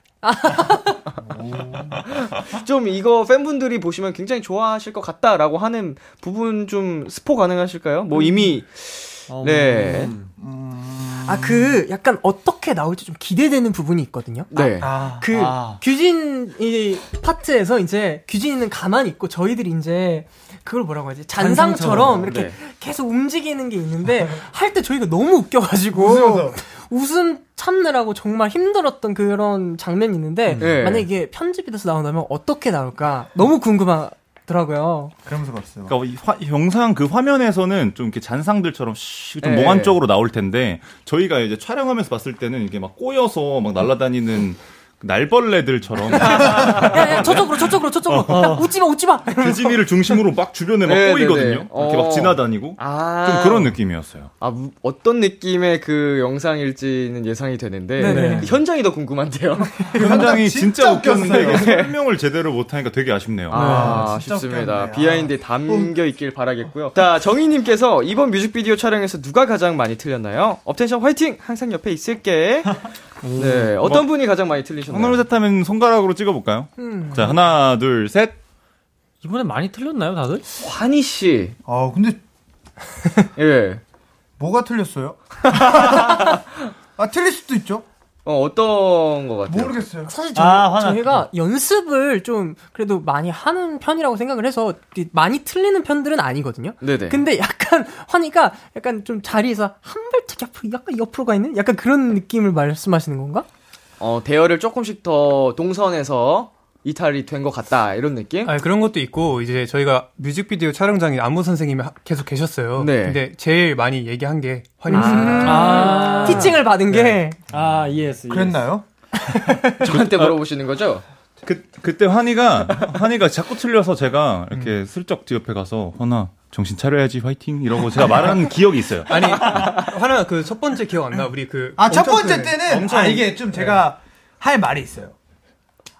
Speaker 2: 좀 이거 팬분들이 보시면 굉장히 좋아하실 것 같다라고 하는 부분 좀 스포 가능하실까요?
Speaker 3: 음.
Speaker 2: 뭐 이미
Speaker 3: 어,
Speaker 2: 네.
Speaker 3: 아 그 약간 어떻게 나올지 좀 기대되는 부분이 있거든요.
Speaker 2: 네.
Speaker 3: 그 규진이 파트에서 이제 규진이는 가만히 있고 저희들이 이제 그걸 뭐라고 하지 잔상처럼
Speaker 2: 잔상처럼,
Speaker 3: 이렇게
Speaker 2: 네.
Speaker 3: 계속 움직이는 게 있는데 할 때 저희가 너무 웃겨가지고
Speaker 6: 웃으면서.
Speaker 3: 웃음 참느라고 정말 힘들었던 그런 장면이 있는데
Speaker 2: 네.
Speaker 3: 만약 이게 편집이 돼서 나온다면 어떻게 나올까 너무 궁금하더라고요.
Speaker 6: 그러면서 봤어요.
Speaker 5: 그러니까 이 화- 영상 그 화면에서는 좀 이렇게 잔상들처럼 씩 좀
Speaker 2: 예.
Speaker 5: 몽환 쪽으로 나올 텐데 저희가 이제 촬영하면서 봤을 때는 이게 막 꼬여서 막 날아다니는 날벌레들처럼
Speaker 3: 야, 야, 저쪽으로 저쪽으로 저쪽으로 야, 웃지 마 웃지 마.
Speaker 5: 규진이를 중심으로 막 주변에 막
Speaker 2: 네,
Speaker 5: 꼬이거든요.
Speaker 2: 네, 네.
Speaker 5: 이렇게
Speaker 2: 어.
Speaker 5: 막 지나다니고
Speaker 2: 아.
Speaker 5: 좀 그런 느낌이었어요.
Speaker 2: 아, 무- 어떤 느낌의 그 영상일지는 예상이 되는데
Speaker 3: 네네.
Speaker 2: 현장이 더
Speaker 3: [laughs]
Speaker 2: 궁금한데요.
Speaker 5: 현장이 진짜 웃겼는데
Speaker 6: 웃겼어요.
Speaker 5: 이게 설명을 제대로 못하니까 되게 아쉽네요.
Speaker 2: 아,
Speaker 6: 진짜 음.
Speaker 2: 쉽습니다.
Speaker 6: 웃겼네.
Speaker 2: 비하인드에 담겨 있길 바라겠고요. 자, 정희님께서 이번 뮤직비디오 촬영에서 누가 가장 많이 틀렸나요? 업텐션 화이팅! 항상 옆에
Speaker 6: [laughs]
Speaker 2: 있을게.
Speaker 6: 음,
Speaker 2: 네, 어떤
Speaker 6: 뭐,
Speaker 2: 분이 가장 많이
Speaker 5: 하나로
Speaker 2: 틀리셨나요?
Speaker 5: 셋하면 네. 손가락으로 찍어볼까요?
Speaker 3: 음.
Speaker 5: 자 하나 둘 셋.
Speaker 7: 이번에 많이 틀렸나요, 다들?
Speaker 2: 환희 씨.
Speaker 6: 아 근데
Speaker 2: 예.
Speaker 6: 뭐가 틀렸어요? [laughs] 아 틀릴 수도 있죠.
Speaker 2: 어, 어떤 것 같아요?
Speaker 6: 모르겠어요.
Speaker 3: 사실 저희,
Speaker 7: 아, 화났다.
Speaker 3: 저희가 연습을 좀 그래도 많이 하는 편이라고 생각을 해서 많이 틀리는 편들은 아니거든요.
Speaker 2: 네네.
Speaker 3: 근데 약간 [laughs] 화니까 약간 좀 자리에서 한 발짝 옆으로 약간 옆으로 가 있는 약간 그런 느낌을 말씀하시는 건가?
Speaker 2: 어, 대열을 조금씩 더 동선에서 이탈이 된 것 같다. 이런 느낌?
Speaker 9: 아 그런 것도 있고 이제 저희가 뮤직비디오 촬영장에 안무 선생님이 하- 계속 계셨어요.
Speaker 2: 네.
Speaker 9: 근데 제일 많이 얘기한 게 네. 환희였습니다.
Speaker 7: 아,
Speaker 3: 티칭을 받은 게
Speaker 7: 아, 이해했어. 이해했어.
Speaker 6: 그랬나요?
Speaker 2: 저한테
Speaker 6: 아,
Speaker 2: 물어보시는 거죠?
Speaker 5: 그 그때 환희가 환희가 자꾸 틀려서 제가
Speaker 7: 음.
Speaker 5: 이렇게 슬쩍 뒤 옆에 가서 환아 정신 차려야지 화이팅 이러고 제가 말한 [laughs] 기억이 있어요.
Speaker 9: 아니 [laughs] 하나 그 첫 번째 기억 안 나? 우리 그
Speaker 6: 아 첫
Speaker 9: 엄청
Speaker 6: 번째
Speaker 9: 큰-
Speaker 6: 때는
Speaker 9: 엄청-
Speaker 6: 아 이게 좀 제가 할 말이 있어요.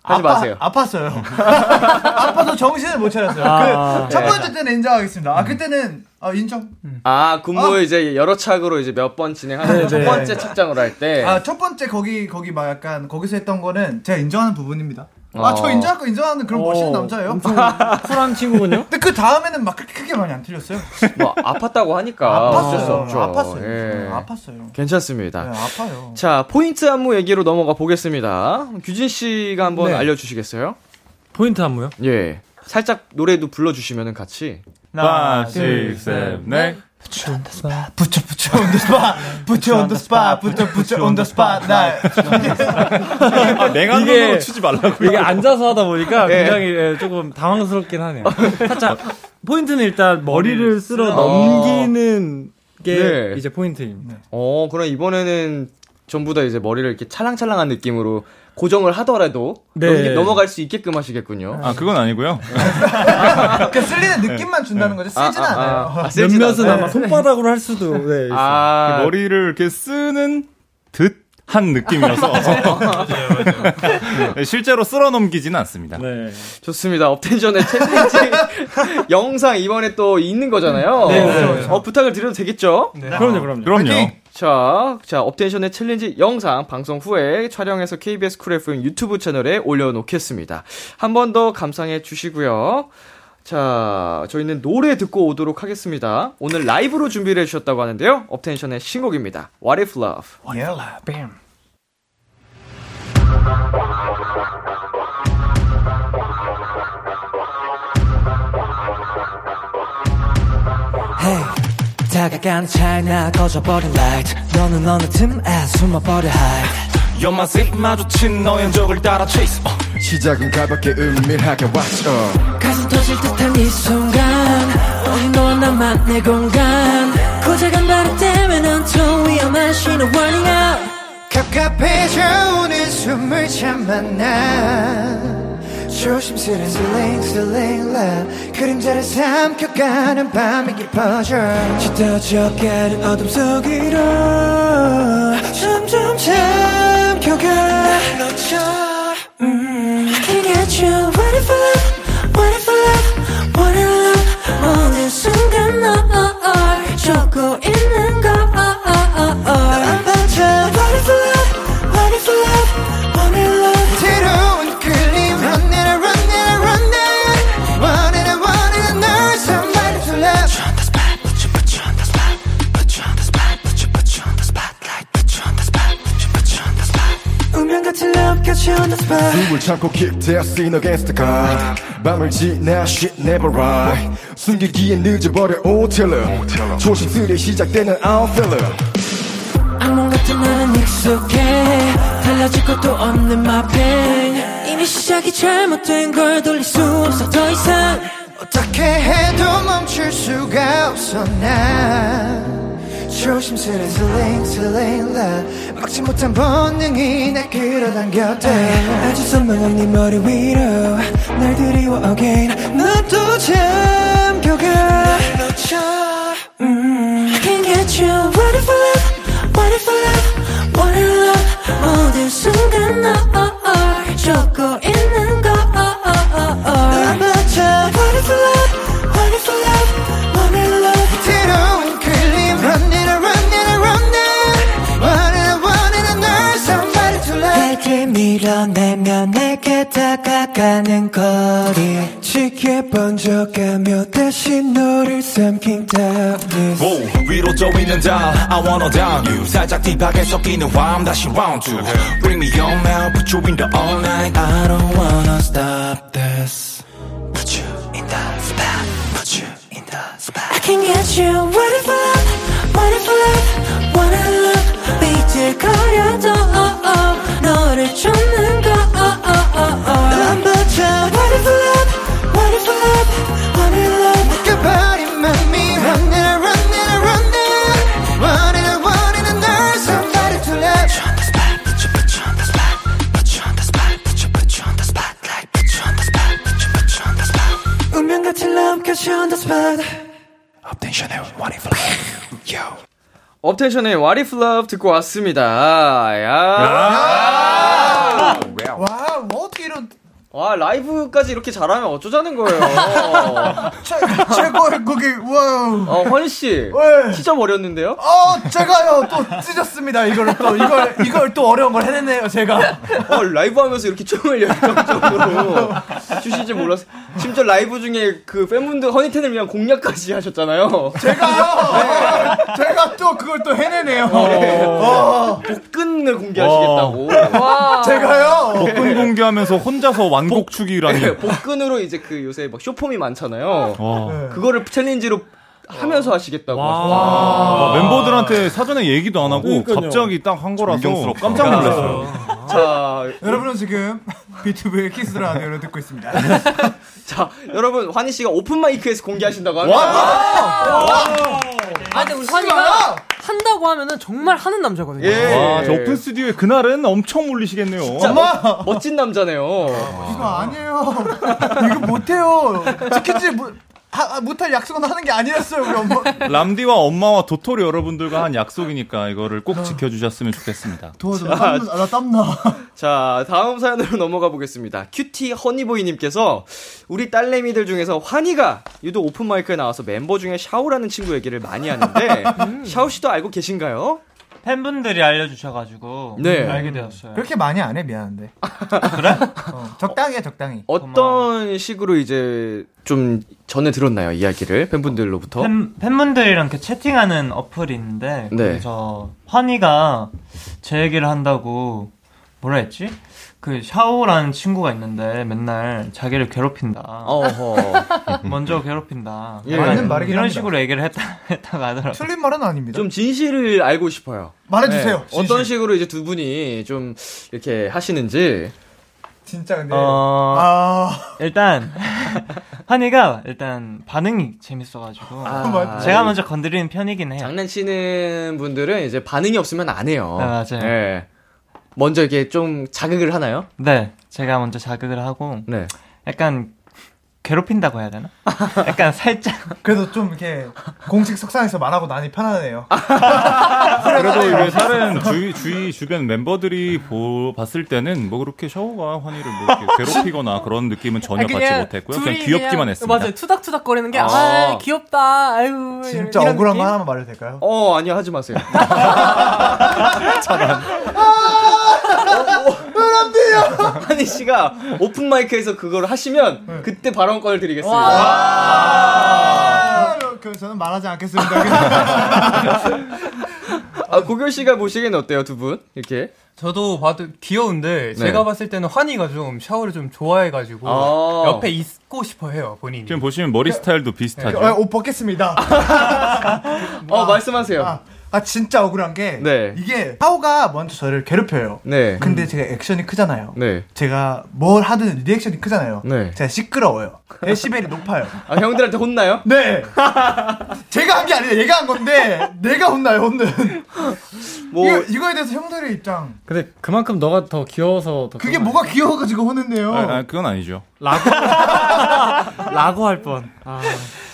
Speaker 2: 하지 마세요.
Speaker 6: 아팠어요. [laughs] 아파서 정신을 못 차렸어요. 그 첫 번째 때는 인정하겠습니다. 아 그때는 아 인정.
Speaker 2: 아, 군무 이제 여러 착으로 이제 몇 번 진행하는 첫
Speaker 6: 네.
Speaker 2: 번째 착장으로 할 때.
Speaker 6: 아 첫 번째 거기 거기 막 약간 거기서 했던 거는 제가 인정하는 부분입니다. 아 저
Speaker 2: 어.
Speaker 6: 인정할 거 인정하는 그런 멋있는 남자예요. [laughs] 근데
Speaker 7: 쿨한 친구군요?
Speaker 6: 그 다음에는 막 그렇게 크게 많이 안 틀렸어요.
Speaker 2: 뭐 아팠다고 하니까 어쩔 수
Speaker 6: 아팠어요.
Speaker 2: 없죠.
Speaker 6: 아팠어요.
Speaker 2: 예.
Speaker 6: 아팠어요.
Speaker 2: 괜찮습니다.
Speaker 6: 네, 아파요.
Speaker 2: 자, 포인트 안무 얘기로 넘어가 보겠습니다. 규진 씨가 한번 알려주시겠어요?
Speaker 7: 포인트 안무요?
Speaker 2: 예. 살짝 노래도 불러주시면 같이.
Speaker 5: 5, 6, 7, 네.
Speaker 6: 붙여 붙여 on the spot. [laughs] 붙여 on the spot. 붙여 붙여 on the spot. 네. 나
Speaker 5: 아, 냉한으로
Speaker 7: 이게-
Speaker 5: 추지 말라고.
Speaker 7: 이게 앉아서 하다 보니까
Speaker 2: 예. 어.
Speaker 7: 굉장히 예, 조금 당황스럽긴 하네요. 살짝 포인트는 일단 머리를 쓸어 넘기는 게
Speaker 2: 네.
Speaker 7: 이제 포인트입니다.
Speaker 2: 어, 그럼 이번에는 전부 다 이제 머리를 이렇게 찰랑찰랑한 느낌으로 고정을 하더라도
Speaker 7: 네.
Speaker 2: 넘기- 넘어갈 수 있게끔 하시겠군요.
Speaker 5: 아 그건 아니고요.
Speaker 6: 그 쓸리는 느낌만 준다는 거죠. 쓰진 네. 않아요.
Speaker 2: 세진
Speaker 7: 몇몇은
Speaker 2: 않아요.
Speaker 7: 아마 손바닥으로 할 수도 네, 있어요.
Speaker 2: 네. 아,
Speaker 5: 머리를 이렇게 쓰는 듯한
Speaker 7: [laughs]
Speaker 5: 느낌이어서 [laughs] 네, 실제로 쓸어 넘기지는 않습니다.
Speaker 7: 네.
Speaker 2: 좋습니다. 업텐션의 챌린지 영상 이번에 또 있는 거잖아요.
Speaker 7: 네, 그렇죠.
Speaker 2: 어, 부탁을 드려도 되겠죠?
Speaker 7: 그럼요, 그럼요.
Speaker 5: 그럼요.
Speaker 2: 자, 자, 업텐션의 챌린지 영상 방송 후에 촬영해서 KBS 쿨 FM 유튜브 채널에 올려놓겠습니다. 한 번 더 감상해 주시고요. 자, 저희는 노래 듣고 오도록 하겠습니다. 오늘 라이브로 준비를 해주셨다고 하는데요. 업텐션의 신곡입니다. What if love?
Speaker 4: Hey, 다가가는 차에 나 꺼져버린 light 너는 어느 틈에 숨어버려 hide
Speaker 1: 연마색 마주친 너의 흔적을 따라 chase 어.
Speaker 11: 시작은 가볍게 은밀하게 watch up
Speaker 4: 가슴 터질 듯한 이 순간 넌 너와 나만 내 공간 고작한 바람 때문에 난더 위험한 신호 warning out
Speaker 11: 갑갑해져오는 숨을 참아 난 조심스런 슬링 슬링 love 그림자를 삼켜가는 밤이 깊어져
Speaker 4: 짙어져가는 어둠 속으로 점점 잠겨가 너처럼
Speaker 11: 음.
Speaker 4: Can I t you what if I love what if I love what I love 모든 순간 널 쫓고 uh, 있는 uh, 걸 너만 반짝 What if I love what if I love what I love
Speaker 11: 새로운 끌림 Run it run it on the spot
Speaker 12: 숨을 참고 keep dancing against the god 밤을 지나 shit never right 숨기기엔 늦어버려 oh tell her 조심스레 시작되는 I'll feel it
Speaker 4: 악몽 같은 나는 익숙해 달라질 것도 없는 my pain 이미 시작이 잘못된 걸 돌릴 수 없어 더 이상
Speaker 11: 어떻게 해도 멈출 수가 없어 난 조심스레 슬링 슬링 라 막지 못한 본능이 날 끌어당겼대
Speaker 4: 아주 선명한 네 머리 위로 날 드리워 again
Speaker 11: 난또 잠겨가
Speaker 4: 음, I can get you What if I love, what if I love, what if I love 모든 순간 널 쫓고 있는 걸
Speaker 11: 아마타
Speaker 4: What if I love, what if I love, what if I love
Speaker 11: 새로운 클립 Run it run it run it 원하는 원하는 널 somebody to love
Speaker 4: 내게 밀어내면 내게 다가가는 거리 지켜본 적가며 다시 너를 삼킨 darkness
Speaker 1: 오, 위로 저 위는 다 I wanna down you 살짝 딥하게 섞이는 화음 다시 round two
Speaker 7: 네.
Speaker 1: Bring me on now Put you in the all night I don't wanna stop this Put you in the spot Put you in the spot
Speaker 4: I can get you What if I love, what if I love, what I love 비틀거려도 너를 쫓는 걸
Speaker 11: 아마타
Speaker 4: What if I love, what if I love, what I love
Speaker 11: 묶여버린 맘이 Run it run it run it 원하는 원하는 널 somebody to love
Speaker 4: 운명 같은 love catch you on the spot
Speaker 1: 업텐션의 What if I love
Speaker 2: 업텐션의 What If Love 듣고 왔습니다.
Speaker 6: 아.
Speaker 2: 야.
Speaker 6: 와, 뭐 어떻게 이런
Speaker 2: 와 라이브까지 이렇게 잘하면 어쩌자는 거예요.
Speaker 6: 최고의 곡이 와우.
Speaker 2: 어 환희 씨
Speaker 6: 네.
Speaker 2: 진짜 버렸는데요?
Speaker 6: 어, 제가요 또 찢었습니다. 이걸 또 이걸 이걸 또 어려운 걸 해냈네요, 제가.
Speaker 2: 어 라이브하면서 이렇게 춤을 열정적으로 주실지 몰랐어. 심지어 라이브 중에 그 팬분들 허니텐을 위한 공략까지 하셨잖아요.
Speaker 6: 제가 또 그걸 또 해내네요.
Speaker 2: 어.
Speaker 6: 어.
Speaker 2: 복근을 공개하시겠다고.
Speaker 5: 와.
Speaker 6: 제가요?
Speaker 5: 복근 공개하면서 혼자서 완곡
Speaker 2: 네,
Speaker 5: 추기라니.
Speaker 2: 복근으로 이제 그 요새 막 쇼폼이 많잖아요.
Speaker 5: 와.
Speaker 3: 네.
Speaker 2: 그거를 챌린지로 하면서 하시겠다고.
Speaker 5: 와, 아.
Speaker 3: 아.
Speaker 5: 멤버들한테 사전에 얘기도 안 하고 갑자기 딱 한 거라서
Speaker 2: 존경스럽다.
Speaker 5: 깜짝 놀랐어요.
Speaker 2: 자,
Speaker 6: 여러분은 지금 비투비의 키스를 라디오를 듣고 있습니다. 아,
Speaker 2: 자, 여러분 환희 씨가 오픈 마이크에서 공개하신다고 하면
Speaker 3: 아, 근데 우리 환이가 한다고 하면은 정말 하는 남자거든요.
Speaker 5: 예. 와, 저 오픈 스튜디오에 그날은 엄청 몰리시겠네요.
Speaker 2: 네. 진짜 멋- 멋진 남자네요.
Speaker 6: 이거 아니에요. 이거 못해요. 치킨집 못, 하- 아, 못할 약속은 하는 게 아니었어요, 우리 엄마.
Speaker 5: 람디와 엄마와 도토리 여러분들과 한 약속이니까 이거를 꼭 지켜주셨으면 좋겠습니다.
Speaker 6: 도와줘. 나 땀나. 나 땀나.
Speaker 2: 자, 다음 사연으로 [laughs] 넘어가 보겠습니다. 큐티 허니보이님께서 우리 딸내미들 중에서 환희가 유독 오픈마이크에 나와서 멤버 중에 샤오라는 친구 얘기를 많이
Speaker 6: [laughs]
Speaker 2: 하는데
Speaker 6: 음.
Speaker 2: 샤오씨도 알고 계신가요?
Speaker 10: 팬분들이 알려주셔가지고
Speaker 2: 네.
Speaker 10: 알게 되었어요.
Speaker 6: 그렇게 많이 안 해, 미안한데. 그래? 어, 적당히 해, 적당히.
Speaker 2: 어떤 식으로 이제 좀 전에 들었나요? 이야기를 팬분들로부터?
Speaker 10: 팬, 팬분들이랑 이렇게 채팅하는 어플이 있는데
Speaker 2: 네.
Speaker 10: 그래서 환희가 제 얘기를 한다고 뭐라 했지? 그 샤오라는 친구가 있는데 맨날 자기를 괴롭힌다.
Speaker 6: [laughs]
Speaker 10: 먼저 괴롭힌다.
Speaker 6: 예.
Speaker 10: 약간
Speaker 6: 맞는 말이긴
Speaker 10: 이런
Speaker 6: 합니다.
Speaker 10: 식으로 얘기를 했다 [laughs] 했다고 하더라고.
Speaker 6: 틀린 말은 아닙니다.
Speaker 2: 좀 진실을 알고 싶어요. 네.
Speaker 6: 말해주세요,
Speaker 2: 어떤 식으로 이제 두 분이 좀 이렇게 하시는지.
Speaker 6: 진짜 근데.
Speaker 7: 아.
Speaker 10: 어,
Speaker 6: 아.
Speaker 10: 일단 [laughs] 환희가 일단 반응이 재밌어가지고
Speaker 2: 맞다.
Speaker 10: 제가 먼저 건드리는 편이긴
Speaker 2: 예.
Speaker 10: 해요.
Speaker 2: 장난치는 분들은 이제 반응이 없으면 안 해요.
Speaker 10: 네, 맞아요.
Speaker 2: 예. 먼저 이게 좀 자극을 하나요?
Speaker 10: 네, 제가 먼저 자극을 하고
Speaker 2: 네.
Speaker 10: 약간 괴롭힌다고 해야 되나? 약간 살짝
Speaker 6: 그래도 좀 이렇게 공식 석상에서 말하고 나니 편하네요.
Speaker 2: 아,
Speaker 5: 그래도 이게 다른 주위, 주위 주변 멤버들이 보, 봤을 때는 뭐 그렇게 샤오가 환희를 뭐 이렇게 괴롭히거나 그런 느낌은 전혀
Speaker 3: 아니,
Speaker 5: 받지 못했고요. 그냥 귀엽기만 했습니다.
Speaker 3: 맞아요. 투닥투닥 거리는 게, 아,
Speaker 2: 아.
Speaker 3: 귀엽다. 아유.
Speaker 6: 진짜
Speaker 3: 이런
Speaker 6: 억울한 거
Speaker 3: 느낌?
Speaker 6: 하나만 말해도 될까요?
Speaker 2: 어, 아니요, 하지 [laughs] 마세요. 아!
Speaker 6: 그런데요!
Speaker 2: 어, 한희 씨가 오픈 마이크에서 그걸 하시면 그때 발언권을 드리겠습니다.
Speaker 6: 아, [laughs] 그 저는 말하지 않겠습니다.
Speaker 2: 아, 고교 씨가 보시기에는 어때요, 두 분? 이렇게?
Speaker 13: 저도 봐도
Speaker 5: 네.
Speaker 13: 귀여운데 제가 봤을 때는 환희가 좀 샤워를 좀 좋아해가지고
Speaker 5: 아.
Speaker 13: 옆에 있고 싶어 해요 본인이.
Speaker 5: 지금 보시면 머리 스타일도
Speaker 2: 네.
Speaker 5: 비슷하죠.
Speaker 6: 아, 옷 벗겠습니다. 어,
Speaker 2: 말씀하세요.
Speaker 6: 아, 아, 진짜 억울한 게
Speaker 2: 네.
Speaker 6: 이게 하오가 먼저 저를 괴롭혀요.
Speaker 2: 네.
Speaker 6: 근데 제가 액션이 크잖아요.
Speaker 2: 네.
Speaker 6: 제가 뭘 하든 리액션이 크잖아요.
Speaker 2: 네.
Speaker 6: 제가 시끄러워요. 데시벨이 높아요.
Speaker 2: 아, 형들한테 혼나요?
Speaker 6: 네. [laughs] 제가 한 게 아니라 얘가 한 건데 내가 혼나요, 혼는.
Speaker 2: 뭐
Speaker 6: 이거, 이거에 대해서 형들의 입장.
Speaker 7: 근데 그만큼 너가 더 귀여워서 더
Speaker 6: 그게 뭐가 귀여워가지고
Speaker 2: 어.
Speaker 6: 혼냈네요.
Speaker 5: 아, 아, 그건 아니죠.
Speaker 10: [laughs]
Speaker 7: 라고 할 뻔. 아.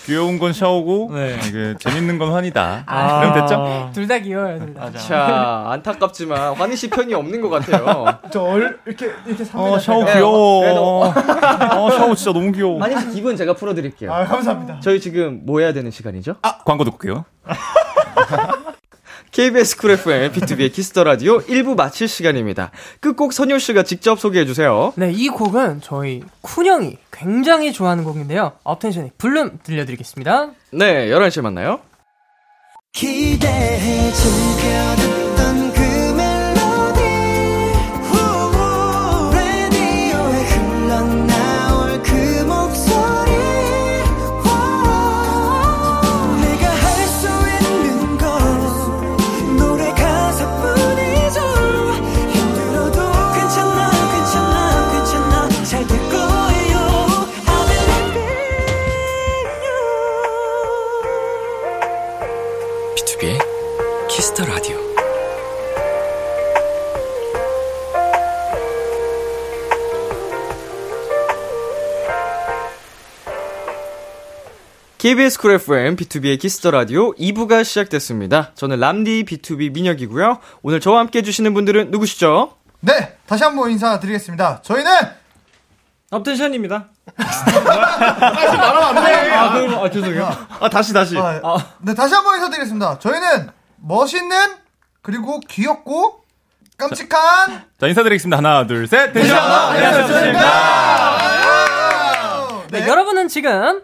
Speaker 5: 귀여운 건 샤오고 이게 재밌는 건 환이다.
Speaker 2: 아.
Speaker 5: 그럼 됐죠?
Speaker 3: 둘 다 귀여워요, 둘 다.
Speaker 2: 자, 안타깝지만, 환희 씨 편이 없는 것 같아요.
Speaker 6: 저 얼, 이렇게, 이렇게
Speaker 5: 어,
Speaker 6: 아.
Speaker 5: 샤오
Speaker 2: 네,
Speaker 5: 귀여워. [laughs] 어, 샤오 진짜 너무 귀여워.
Speaker 2: 환희 씨 기분 제가 풀어드릴게요.
Speaker 6: 아, 감사합니다.
Speaker 2: 저희 지금 뭐 해야 되는 시간이죠?
Speaker 5: 광고 듣고 요
Speaker 2: KBS 쿨 FM B2B의 키스터 라디오 1부 마칠 시간입니다. 끝곡 선율 씨가 직접 소개해 주세요.
Speaker 3: 네, 이 곡은 저희 쿤형이 굉장히 좋아하는 곡인데요. 업텐션의 블룸 들려드리겠습니다.
Speaker 2: 네, 11시에 만나요.
Speaker 11: 기대해 즐겨듣던 그 멜로디 후, 라디오에 흘러나올 그 목소리 후, 내가 할 수 있는 건 노래 가사뿐이죠 힘들어도 괜찮아 괜찮아 괜찮아 잘 될 거예요 I believe in
Speaker 14: B2B의 키스터 라디오.
Speaker 2: KBS 쿨 FM B2B의 키스터 라디오 2부가 시작됐습니다. 저는 람디 B2B 민혁이고요. 오늘 저와 함께 해주시는 분들은 누구시죠?
Speaker 6: 네, 다시 한번 인사드리겠습니다. 저희는
Speaker 7: 업텐션입니다.
Speaker 6: 다시 말하면 안 돼.
Speaker 7: 아, 그럼- 아, 죄송해요.
Speaker 6: 아, 다시 다시. 네, 다시 한번 인사드리겠습니다. 저희는 멋있는 그리고 귀엽고 깜찍한
Speaker 5: 자, 인사드리겠습니다. 하나, 둘, 셋. 대전! 안녕하세요.
Speaker 3: 네, 여러분은 지금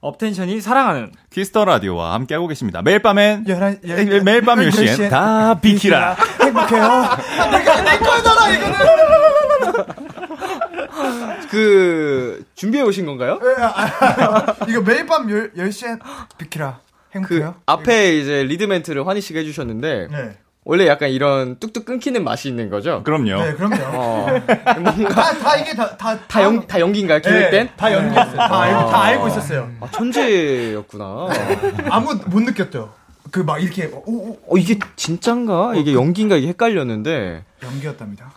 Speaker 7: 업텐션이 사랑하는
Speaker 5: 키스터 라디오와 함께하고 계십니다. 매일 밤엔
Speaker 6: 예,
Speaker 5: 매일 밤 10시엔 다 비키라.
Speaker 6: 행복해요. 내가 내 거잖아 이거는.
Speaker 2: 그 준비해 오신 건가요?
Speaker 7: 네,
Speaker 6: 이거 매일 밤 10, 10시에 비키라. 행복해요.
Speaker 2: 그 앞에 이제 리드 멘트를 환희 씨가 해주셨는데
Speaker 7: 그
Speaker 6: 네.
Speaker 2: 원래 약간 이런 뚝뚝 끊기는 맛이 있는 거죠?
Speaker 5: 그럼요.
Speaker 6: 네, 그럼요.
Speaker 7: 어.
Speaker 2: 뭔가
Speaker 6: 다, 다 이게 다, 다,
Speaker 2: 다,
Speaker 7: 아.
Speaker 2: 연, 다 연기인가요? 기획
Speaker 6: 네,
Speaker 2: 땐?
Speaker 6: 다 연기였어요. 다 알고, 다
Speaker 2: 아.
Speaker 6: 알고 있었어요.
Speaker 2: 아, 천재였구나.
Speaker 6: 아무 못 느꼈죠. 그 막 이렇게 오, 오
Speaker 2: 어, 이게 진짠가? 이게 연기인가? 이게 헷갈렸는데.
Speaker 6: 연기였답니다.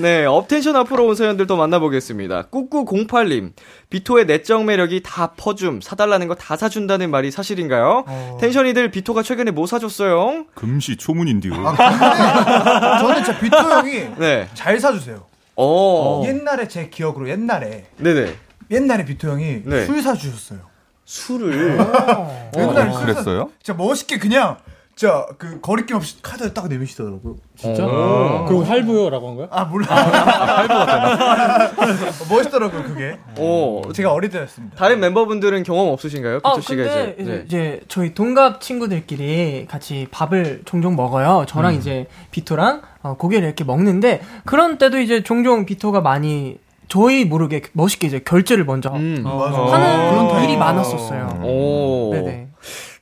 Speaker 2: 네, 업텐션 앞으로 온 사연들 또 만나보겠습니다. 꾸꾸08님, 비토의 내적 매력이 다 퍼줌, 사달라는 거 다 사준다는 말이 사실인가요? 텐션이들 비토가 최근에 뭐 사줬어요?
Speaker 5: 금시 초문인데요.
Speaker 6: 아, 저는 진짜 비토 형이
Speaker 2: 네.
Speaker 6: 잘 사주세요.
Speaker 2: 어.
Speaker 6: 옛날에 제 기억으로 옛날에
Speaker 2: 네네.
Speaker 6: 옛날에 비토 형이
Speaker 2: 네.
Speaker 6: 술 사주셨어요.
Speaker 2: 술을
Speaker 6: 옛날에
Speaker 2: 어,
Speaker 6: 술
Speaker 2: 그랬어요?
Speaker 6: 사- 진짜 멋있게 그냥 진짜 그 거리낌 없이 카드를 딱 내미시더라고요.
Speaker 2: 어.
Speaker 7: 진짜? 어, 그리고 할부요라고 한 거야?
Speaker 6: 아 몰라. [laughs] 멋있더라고요 그게.
Speaker 2: 오.
Speaker 6: 제가 어릴 때였습니다.
Speaker 2: 다른 멤버분들은 경험 없으신가요?
Speaker 3: 아,
Speaker 2: 비토 씨가
Speaker 3: 근데
Speaker 2: 이제.
Speaker 3: 이제,
Speaker 2: 네.
Speaker 3: 이제 저희 동갑 친구들끼리 같이 밥을 종종 먹어요. 저랑
Speaker 2: 음.
Speaker 3: 이제 비토랑 어, 고기를 이렇게 먹는데 그런 때도 이제 종종 비토가 많이 저희 모르게 멋있게 이제 결제를 먼저 하는
Speaker 2: 음. 어.
Speaker 3: 일이 많았었어요. 음.
Speaker 2: 오.
Speaker 3: 네네.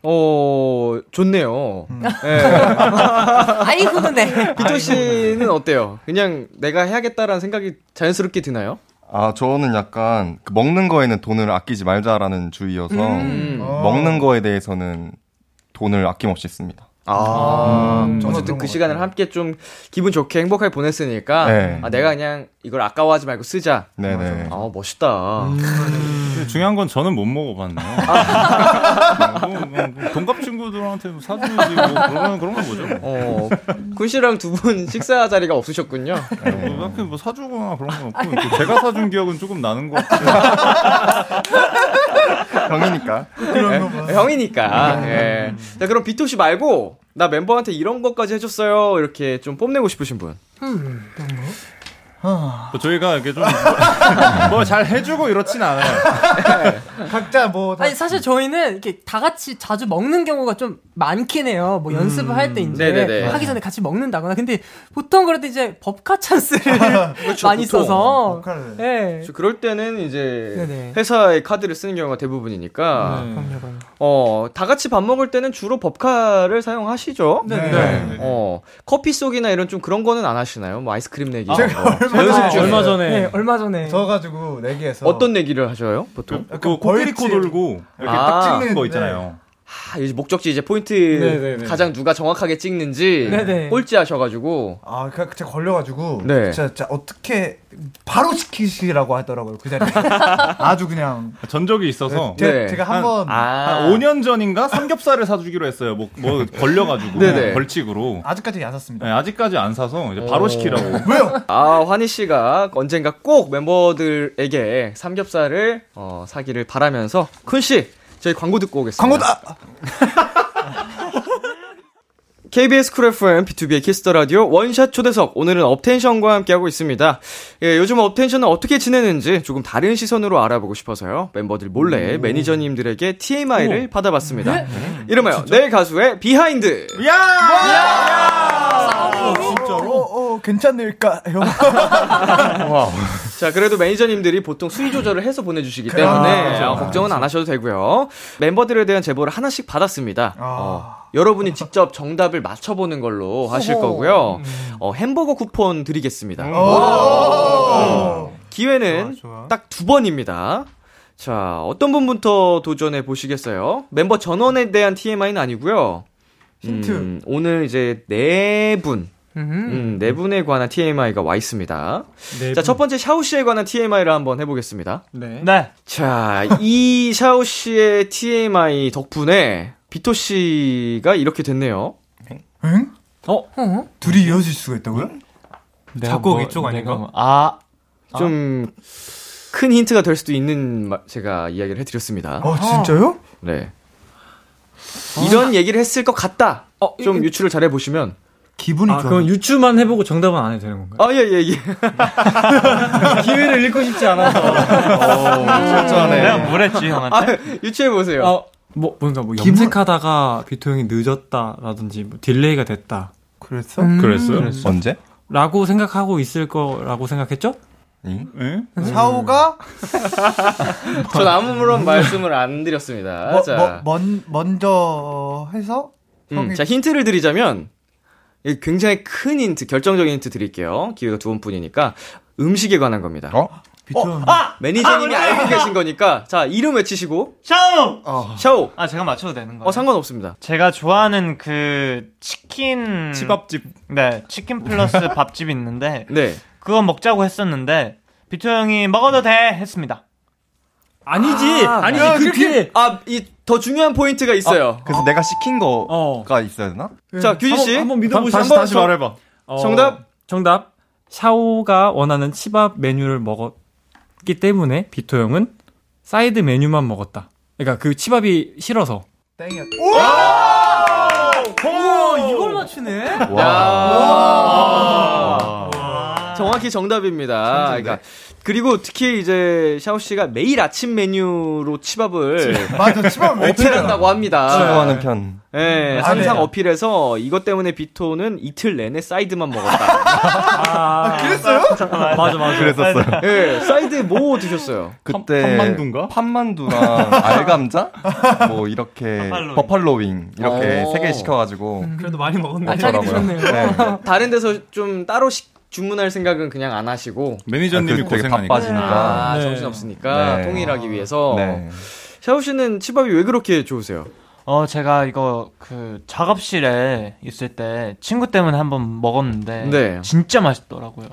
Speaker 2: 어, 좋네요. 네.
Speaker 3: 아이고 근데
Speaker 2: 비토 씨는 어때요? 그냥 내가 해야겠다라는 생각이 자연스럽게 드나요?
Speaker 8: 아, 저는 약간 그 먹는 거에는 돈을 아끼지 말자라는 주의여서
Speaker 2: 음.
Speaker 6: 어.
Speaker 8: 먹는 거에 대해서는 돈을 아낌없이 씁니다.
Speaker 2: 아, 어쨌든 그 시간을 함께 좀 기분 좋게 행복하게 보냈으니까
Speaker 8: 네.
Speaker 2: 아, 내가 그냥 이걸 아까워하지 말고 쓰자.
Speaker 8: 네네.
Speaker 2: 아 멋있다.
Speaker 5: 근데 중요한 건 저는 못 먹어봤네요. 뭐, 뭐, 뭐, 동갑 친구들한테 뭐 사주지 뭐 그런 그런 거 뭐죠?
Speaker 2: 어, 군 씨랑 두 분 식사 자리가 없으셨군요.
Speaker 5: 뭐, 딱히 뭐 사주거나 그런 건 없고 그 제가 사준 기억은 조금 나는 것 같아요.
Speaker 8: 형이니까.
Speaker 2: 예, 형이니까. 예. 자 그럼 비토 씨 말고 나 멤버한테 이런 것까지 해줬어요. 이렇게 좀 뽐내고 싶으신 분.
Speaker 3: 음, 그런 거?
Speaker 5: 뭐 저희가 이렇게 좀 뭐 잘 해주고 이렇진 않아요.
Speaker 3: 각자 뭐.
Speaker 2: 어.
Speaker 3: 아니 사실 저희는 이렇게 다 같이 자주 먹는 경우가 좀 많긴 해요. 뭐 연습을 할 때 이제
Speaker 2: 음. 네네네.
Speaker 3: 하기 전에 같이 먹는다거나. 근데 보통 그럴 때 이제
Speaker 2: [laughs]
Speaker 3: 법카 찬스를 많이
Speaker 2: 그렇죠. 보통.
Speaker 3: 써서. 예.
Speaker 2: 그렇죠. 그럴 때는 이제
Speaker 3: 네네. 네.
Speaker 2: 회사의 카드를 쓰는 경우가 대부분이니까 어, 다 같이 밥 먹을 때는 주로 법카를 사용하시죠?
Speaker 3: 네네.
Speaker 2: 네. 어, 커피 속이나 이런 좀 그런 거는 안 하시나요? 뭐 아이스크림 내기 이런
Speaker 6: 제가
Speaker 2: 거.
Speaker 7: 아,
Speaker 6: 얼마 전에- 얼마 전에.
Speaker 3: 네, 얼마 전에.
Speaker 6: 써가지고 내기에서
Speaker 2: 어떤 내기를 하셔요? 보통?
Speaker 5: 그 코끼리코 돌고 이렇게 딱 찍는 거 있잖아요.
Speaker 2: 아, 이제 목적지 이제 포인트
Speaker 6: 네네네.
Speaker 2: 가장 누가 정확하게 찍는지
Speaker 6: 네네.
Speaker 2: 꼴찌 하셔가지고
Speaker 6: 아, 그, 제가 걸려가지고.
Speaker 2: 네.
Speaker 6: 진짜, 진짜 어떻게, 바로 시키시라고 하더라고요, 그 자리에. 아주 그냥.
Speaker 5: 전 적이 있어서
Speaker 6: 제- 네. 제가 한 번- 아.
Speaker 5: 한 5년 전인가 삼겹살을 사주기로 했어요. 뭐, 뭐 걸려가지고
Speaker 2: 네네.
Speaker 5: 벌칙으로.
Speaker 6: 아직까지 안 샀습니다.
Speaker 5: 네, 아직까지 안 사서 이제 바로
Speaker 2: 오.
Speaker 5: 시키라고.
Speaker 6: 왜요?
Speaker 2: 아, 환희 씨가 언젠가 꼭 멤버들에게 삼겹살을 어, 사기를 바라면서 큰 씨, 저희 광고 듣고 오겠습니다. 광고 다. KBS 쿨 FM B2B의 키스터 라디오 원샷 초대석 오늘은 업텐션과 함께하고 있습니다. 예, 요즘 업텐션은 어떻게 지내는지 조금 다른 시선으로 알아보고 싶어서요. 멤버들 몰래 매니저님들에게 TMI를 받아봤습니다. 이름하여 내 가수의 비하인드.
Speaker 6: 야! 어, 진짜로? 어, 어, 괜찮을까요? [laughs]
Speaker 2: 자, 그래도 매니저님들이 보통 순위 조절을 해서 보내주시기
Speaker 6: 그래,
Speaker 2: 때문에
Speaker 6: 그렇죠.
Speaker 2: 어, 걱정은 안 하셔도 되고요. 멤버들에 대한 제보를 하나씩 받았습니다. 어, 여러분이 직접 정답을 맞춰보는 걸로 하실
Speaker 6: 오호.
Speaker 2: 거고요. 어, 햄버거 쿠폰 드리겠습니다. 어, 기회는 딱 두 번입니다. 자, 어떤 분부터 도전해 보시겠어요? 멤버 전원에 대한 TMI는 아니고요. 힌트. 오늘 이제 네 분. 음, 네 분에 관한 TMI가 와 있습니다.
Speaker 7: 네
Speaker 2: 자,
Speaker 7: 분.
Speaker 2: 첫 번째 샤오 씨에 관한 TMI를 한번 해보겠습니다.
Speaker 7: 네.
Speaker 2: 자,
Speaker 6: [laughs]
Speaker 2: 이 샤오 씨의 TMI 덕분에 비토 씨가 이렇게 됐네요.
Speaker 6: 응?
Speaker 7: 어?
Speaker 6: 둘이 이어질 수가 있다고요?
Speaker 7: 네,
Speaker 2: 작곡 뭐- 이쪽 아닌가? 내가- 아. 좀
Speaker 6: 아.
Speaker 2: 큰 힌트가 될 수도 있는 마- 제가 이야기를 해드렸습니다.
Speaker 6: 어, 아. 진짜요?
Speaker 2: 네. 이런 얘기를 했을 것 같다.
Speaker 6: 어,
Speaker 2: 좀 유추를 잘 해보시면.
Speaker 6: 기분이
Speaker 7: 아, 그럼 유추만 해보고 정답은 안 해도 되는 건가요?
Speaker 2: 아, 예, 예, 예.
Speaker 7: [laughs] 기회를 잃고 싶지 않아서. 음.
Speaker 2: 진짜네.
Speaker 10: 내가 뭘 했지,
Speaker 6: 아.
Speaker 10: 형한테?
Speaker 2: [laughs] 유추해보세요.
Speaker 7: 어, 뭐, 뭔가 뭐 염색하다가 비토 형이 늦었다라든지 뭐 딜레이가 됐다.
Speaker 6: 그랬어?
Speaker 5: 그랬어요? 언제?
Speaker 7: 라고 생각하고 있을 거라고 생각했죠?
Speaker 5: 응?
Speaker 6: 샤오가
Speaker 2: 전 아무런 말씀을 안 드렸습니다.
Speaker 6: 뭐,
Speaker 2: 자.
Speaker 6: 뭐, 먼, 먼저 해서
Speaker 2: 음, 자, 힌트를 드리자면 이 굉장히 큰 힌트, 결정적인 힌트 드릴게요. 기회가 두 번뿐이니까 음식에 관한 겁니다.
Speaker 6: 비트는
Speaker 2: 아!
Speaker 7: 아,
Speaker 2: 매니저님이 알고 계신 거니까 자, 이름 외치시고
Speaker 10: 샤오!
Speaker 2: 샤오!
Speaker 10: 아, 제가 맞춰도 되는 거예요?
Speaker 2: 어, 상관없습니다.
Speaker 10: 제가 좋아하는 그
Speaker 7: 음.
Speaker 10: 치킨
Speaker 2: 치밥집.
Speaker 10: 네,
Speaker 13: [laughs]
Speaker 10: 치킨 플러스 밥집 있는데
Speaker 2: 네.
Speaker 10: 그거 먹자고 했었는데 비토 형이 먹어도 돼 했습니다.
Speaker 7: 아니지. 아니지. 그 뒤에
Speaker 2: 아, 이 더 중요한 포인트가 있어요.
Speaker 8: 그래서 내가 시킨 거가 있어야 되나?
Speaker 2: 자, 규진 씨.
Speaker 7: 아, 예. 한번, 한번 믿어보시죠. 어.
Speaker 2: 다시, 다시 말해봐. 정답?
Speaker 7: 정답. 샤오가 원하는 치밥 메뉴를 먹었기 때문에 비토 형은 사이드 메뉴만 먹었다. 그러니까 그 치밥이 싫어서.
Speaker 6: 땡이었다.
Speaker 3: 오, 이걸 맞추네.
Speaker 2: 정확히 정답입니다. 그러니까 그리고 특히 이제 샤오 씨가 매일 아침 메뉴로 치밥을
Speaker 8: 맞아, 치밥을 왜
Speaker 2: 어필한다고 합니다.
Speaker 8: 추구하는 편.
Speaker 2: 예,
Speaker 8: 아,
Speaker 2: 항상
Speaker 8: 네.
Speaker 2: 어필해서 이것 때문에 비토는 이틀 내내 사이드만 먹었다. [laughs]
Speaker 6: 그랬어요?
Speaker 2: 맞아, 맞아.
Speaker 5: [laughs]
Speaker 8: 그랬었어요.
Speaker 2: 예, 사이드 뭐 드셨어요?
Speaker 13: [laughs]
Speaker 8: 그때 랑 알감자 뭐 이렇게
Speaker 2: 버팔로윙.
Speaker 8: 버팔로윙 이렇게
Speaker 2: 오.
Speaker 8: 세 개 시켜가지고
Speaker 13: 그래도 많이 먹었네.
Speaker 8: 먹더라고요.
Speaker 13: [laughs]
Speaker 8: 네.
Speaker 2: 다른 데서 좀 따로 식- 주문할 생각은 그냥 안 하시고
Speaker 8: 매니저님이 아, 그 되게 고생하니까. 바빠지니까.
Speaker 2: 아,
Speaker 8: 네.
Speaker 2: 정신 없으니까
Speaker 8: 네.
Speaker 2: 통일하기
Speaker 13: 아.
Speaker 2: 위해서
Speaker 8: 네.
Speaker 2: 샤오 씨는 치밥이 왜 그렇게 좋으세요?
Speaker 10: 어, 제가 이거 그 작업실에 있을 때 친구 때문에 한번 먹었는데
Speaker 2: 네.
Speaker 10: 진짜 맛있더라고요.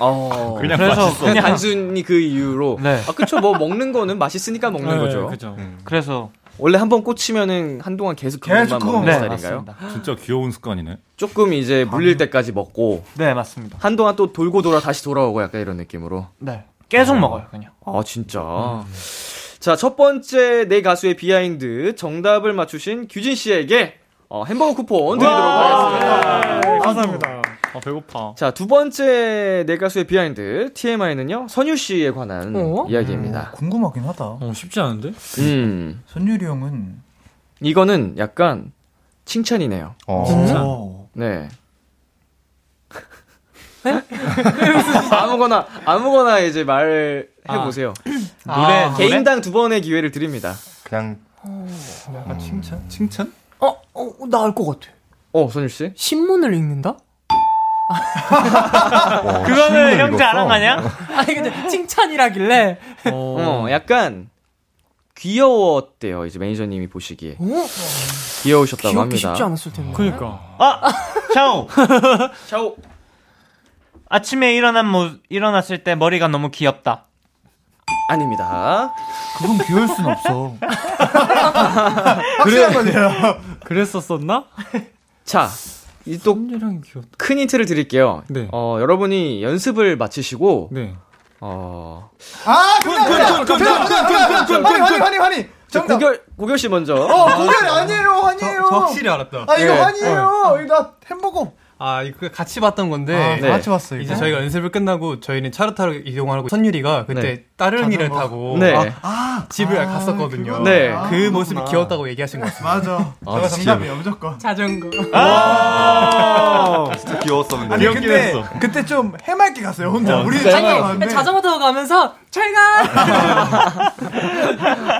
Speaker 2: 어,
Speaker 10: 그냥 그래서 맛있어.
Speaker 2: 그냥
Speaker 10: 그냥-
Speaker 2: 단순히 그 이유로
Speaker 10: 네.
Speaker 2: 아 그쵸 뭐 먹는 거는 맛있으니까 먹는
Speaker 10: 네,
Speaker 2: 거죠.
Speaker 10: 그죠. 음. 그래서
Speaker 2: 원래 한 번 꽂히면은 한동안 계속 그것만
Speaker 10: 계속 그거
Speaker 2: 먹는
Speaker 10: 먹- 네,
Speaker 2: 스타일인가요?
Speaker 10: 맞습니다.
Speaker 5: 진짜 귀여운 습관이네.
Speaker 2: 조금 이제 물릴 때까지 먹고
Speaker 10: 네, 맞습니다.
Speaker 2: 한동안 또 돌고 돌아 다시 돌아오고 약간 이런 느낌으로.
Speaker 10: 네. 계속 먹어요, 그냥.
Speaker 2: 아 진짜.
Speaker 10: 음.
Speaker 2: 네 자 첫 번째 내 가수의 비하인드 정답을 맞추신 규진 씨에게 어, 햄버거 쿠폰 드리도록 하겠습니다.
Speaker 7: 네, 감사합니다. 아, 배고파.
Speaker 2: 자, 두 번째 내 가수의 비하인드 TMI는요. 선유 씨에 관한
Speaker 6: 어?
Speaker 2: 이야기입니다.
Speaker 6: 궁금하긴 하다.
Speaker 7: 어, 쉽지 않은데?
Speaker 2: 음.
Speaker 6: 선율이 형은
Speaker 2: 이거는 약간 칭찬이네요.
Speaker 8: 어,
Speaker 13: 어.
Speaker 6: 칭찬.
Speaker 2: 네.
Speaker 10: 네?
Speaker 2: [laughs] 아무거나 아무거나 이제 말해 보세요.
Speaker 6: 아. 노래, 노래?
Speaker 2: 개인당 두 번의 기회를 드립니다. 그냥
Speaker 6: 약간 칭찬? 칭찬?
Speaker 3: 어, 어, 나 알 것 같아.
Speaker 2: 어, 선율 씨?
Speaker 3: 신문을 읽는다?
Speaker 10: 그거는 형제 아랑가냐?
Speaker 3: [laughs] 아니 근데 칭찬이라길래.
Speaker 2: 어, 약간 귀여웠대요. 이제 매니저님이 보시기에. 귀여우셨다고
Speaker 3: 어, 귀엽기
Speaker 2: 합니다.
Speaker 3: 쉽지 않았을 텐데.
Speaker 7: 그니까.
Speaker 10: 아, [laughs] 샤오.
Speaker 2: 샤오.
Speaker 10: 아침에 일어난 모, 일어났을 때 머리가 너무 귀엽다.
Speaker 2: 아닙니다.
Speaker 10: 그건 귀여울
Speaker 13: [laughs]
Speaker 10: 순 없어.
Speaker 2: 그래.
Speaker 7: 그랬었었나?
Speaker 2: 자, 이또큰 힌트를 드릴게요.
Speaker 6: 네.
Speaker 2: 어, 여러분이 연습을 마치시고
Speaker 7: 네.
Speaker 2: 어.
Speaker 6: 아,
Speaker 13: 그,
Speaker 2: 끈,
Speaker 6: 끝났다.
Speaker 2: 끈, 끈,
Speaker 6: 끝났다.
Speaker 2: 끈,
Speaker 6: 끝났다.
Speaker 2: 끈, 끈,
Speaker 6: 화니,
Speaker 2: 끈,
Speaker 6: 화니,
Speaker 2: 끈.
Speaker 6: 화니, 화니.
Speaker 2: 저
Speaker 6: 정답.
Speaker 2: 고결 고결 씨 먼저.
Speaker 6: 어, 고결이 아니에요, 아니에요.
Speaker 13: 저 확실히 알았다.
Speaker 6: 아, 이거
Speaker 13: 예.
Speaker 6: 아니에요. 이거 나 햄버거.
Speaker 13: 아, 이거 같이 봤던 건데.
Speaker 6: 아,
Speaker 7: 네.
Speaker 6: 다 같이 봤어요,
Speaker 13: 네, 이제
Speaker 6: 이거?
Speaker 13: 저희가 연습을 끝나고 저희는 차를 타러 이동하고 선율이가 그때
Speaker 6: 네.
Speaker 13: 따릉이를
Speaker 6: 자전거.
Speaker 13: 타고
Speaker 6: 네.
Speaker 13: 아, 집을 갔었거든요. 네.
Speaker 6: 그거. 네. 아,
Speaker 13: 그 모습이
Speaker 6: 그렇구나.
Speaker 13: 귀엽다고 얘기하신 것 같습니다.
Speaker 6: 맞아. 제가 정답이에요, 무조건.
Speaker 3: 자전거.
Speaker 13: 아!
Speaker 8: 진짜 귀여웠어, 근데.
Speaker 6: 아니, 근데 그때 좀 해맑게 갔어요, 혼자.
Speaker 2: 어,
Speaker 6: 우리
Speaker 2: 진짜요?
Speaker 6: 생각
Speaker 2: 아니,
Speaker 6: 안 돼.
Speaker 3: 자전거 타고 가면서 철가.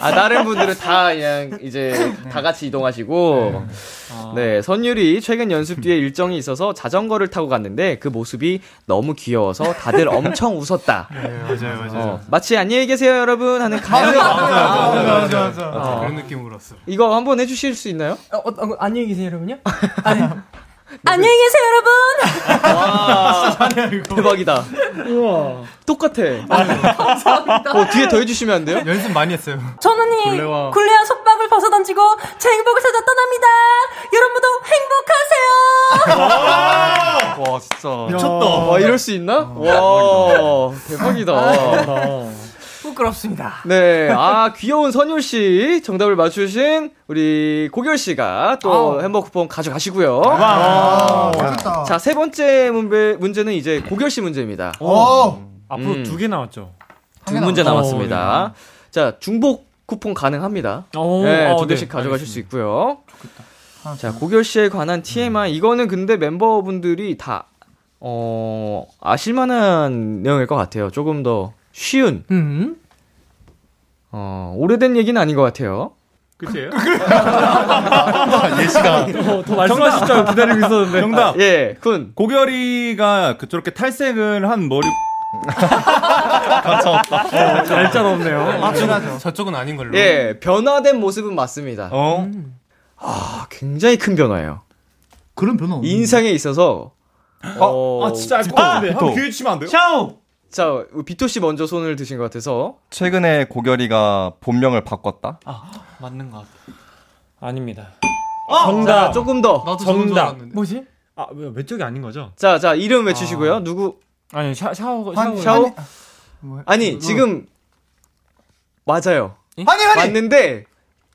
Speaker 2: 아, 다른 분들은 다 그냥 이제
Speaker 13: 네.
Speaker 2: 다 같이 이동하시고.
Speaker 13: 아.
Speaker 2: 네, 선율이 최근 연습 뒤에 일정이 있어서 자전거를 타고 갔는데 그 모습이 너무 귀여워서 다들
Speaker 13: [laughs]
Speaker 2: 엄청 웃었다.
Speaker 13: 네, 맞아요, 맞아요.
Speaker 2: 어, 마치 안녕히 계세요, 여러분 하는 그 가요.
Speaker 13: 맞아, 맞아, 맞아.
Speaker 2: 어.
Speaker 13: 그런 느낌으로 왔어.
Speaker 2: 이거 한번 해주실 수 있나요?
Speaker 3: 어, 어, 어, 안녕히 계세요 여러분요. 아니. 안녕히 계세요 여러분.
Speaker 13: 아,
Speaker 2: [laughs] 대박이다.
Speaker 3: 우와.
Speaker 2: 똑같아. 어, 뒤에 더 해주시면 안 돼요?
Speaker 13: 연습 많이 했어요.
Speaker 15: 전원이
Speaker 2: 굴레와-
Speaker 15: 굴레와 속박을 벗어던지고 제 행복을 찾아 떠납니다. 여러분도 행복하세요.
Speaker 2: 와, 진짜.
Speaker 13: 미쳤다.
Speaker 2: 와, 어, 아, 이럴 수 있나?
Speaker 13: 어,
Speaker 2: 와,
Speaker 13: 아,
Speaker 2: 대박이다.
Speaker 3: 부끄럽습니다.
Speaker 2: 네, 아 귀여운 선율 씨 정답을 맞추신 우리 고결 씨가 또 햄버거 쿠폰 가져가시고요.
Speaker 7: 아.
Speaker 6: 와우.
Speaker 2: 아, 자세 번째 문제 문제는 이제 고결 씨 문제입니다.
Speaker 7: 어,
Speaker 6: 어,
Speaker 13: 어.
Speaker 6: 오.
Speaker 7: 앞으로
Speaker 2: 음.
Speaker 7: 두 개 나왔죠. 어, 예.
Speaker 2: 두 문제 남았습니다. 자 중복 쿠폰 가능합니다.
Speaker 7: 오,
Speaker 2: 네,
Speaker 7: 어,
Speaker 2: 두
Speaker 7: 네, 아,
Speaker 2: 개씩 가져가실 수 있고요. 자 고결 씨에 관한
Speaker 7: 음.
Speaker 2: TMI 이거는 근데 멤버분들이 다 어, 아실만한 내용일 것 같아요. 조금 더 쉬운.
Speaker 3: 음.
Speaker 2: 어, 오래된 얘기는 아닌 것 같아요.
Speaker 5: 끝이에요?
Speaker 2: 예시가.
Speaker 7: 더, 더 말씀하실 줄 알고 기다리고 있었는데.
Speaker 5: 정답.
Speaker 2: 예, 군.
Speaker 5: 아, 고결이가 그 저렇게 탈색을 한 머리.
Speaker 13: 가차없다.
Speaker 5: 날짜가 없네요.
Speaker 13: 저쪽은, 저쪽은 아닌 걸로.
Speaker 2: 예, 변화된 모습은 맞습니다.
Speaker 5: 어?
Speaker 2: 아, 어, 굉장히 큰 변화예요.
Speaker 6: 그런 변화 없
Speaker 2: 인상에 있어서. 어,
Speaker 5: 아, 진짜 알것 같은데.
Speaker 2: 비토.
Speaker 5: 한번 기회 주시면 안 돼요?
Speaker 2: 샤오! 자, 우리 비토 씨 먼저 손을 드신 것 같아서.
Speaker 8: 최근에 고결이가 본명을 바꿨다?
Speaker 10: 맞는 것 같아.
Speaker 7: 아닙니다.
Speaker 2: 어!
Speaker 7: 정답.
Speaker 2: 자, 조금 더.
Speaker 7: 나도
Speaker 2: 저건 줄
Speaker 7: 정답.
Speaker 2: 알았는데.
Speaker 7: 뭐지? 아, 왜, 외적이 아닌 거죠?
Speaker 2: 자, 자, 이름 외치시고요. 누구?
Speaker 7: 아니, 샤, 샤오,
Speaker 2: 환-
Speaker 7: 샤오.
Speaker 2: 아. 샤오?
Speaker 6: 뭐,
Speaker 2: 아니, 지금. 맞아요.
Speaker 6: 아니, 아니!
Speaker 2: 맞는데,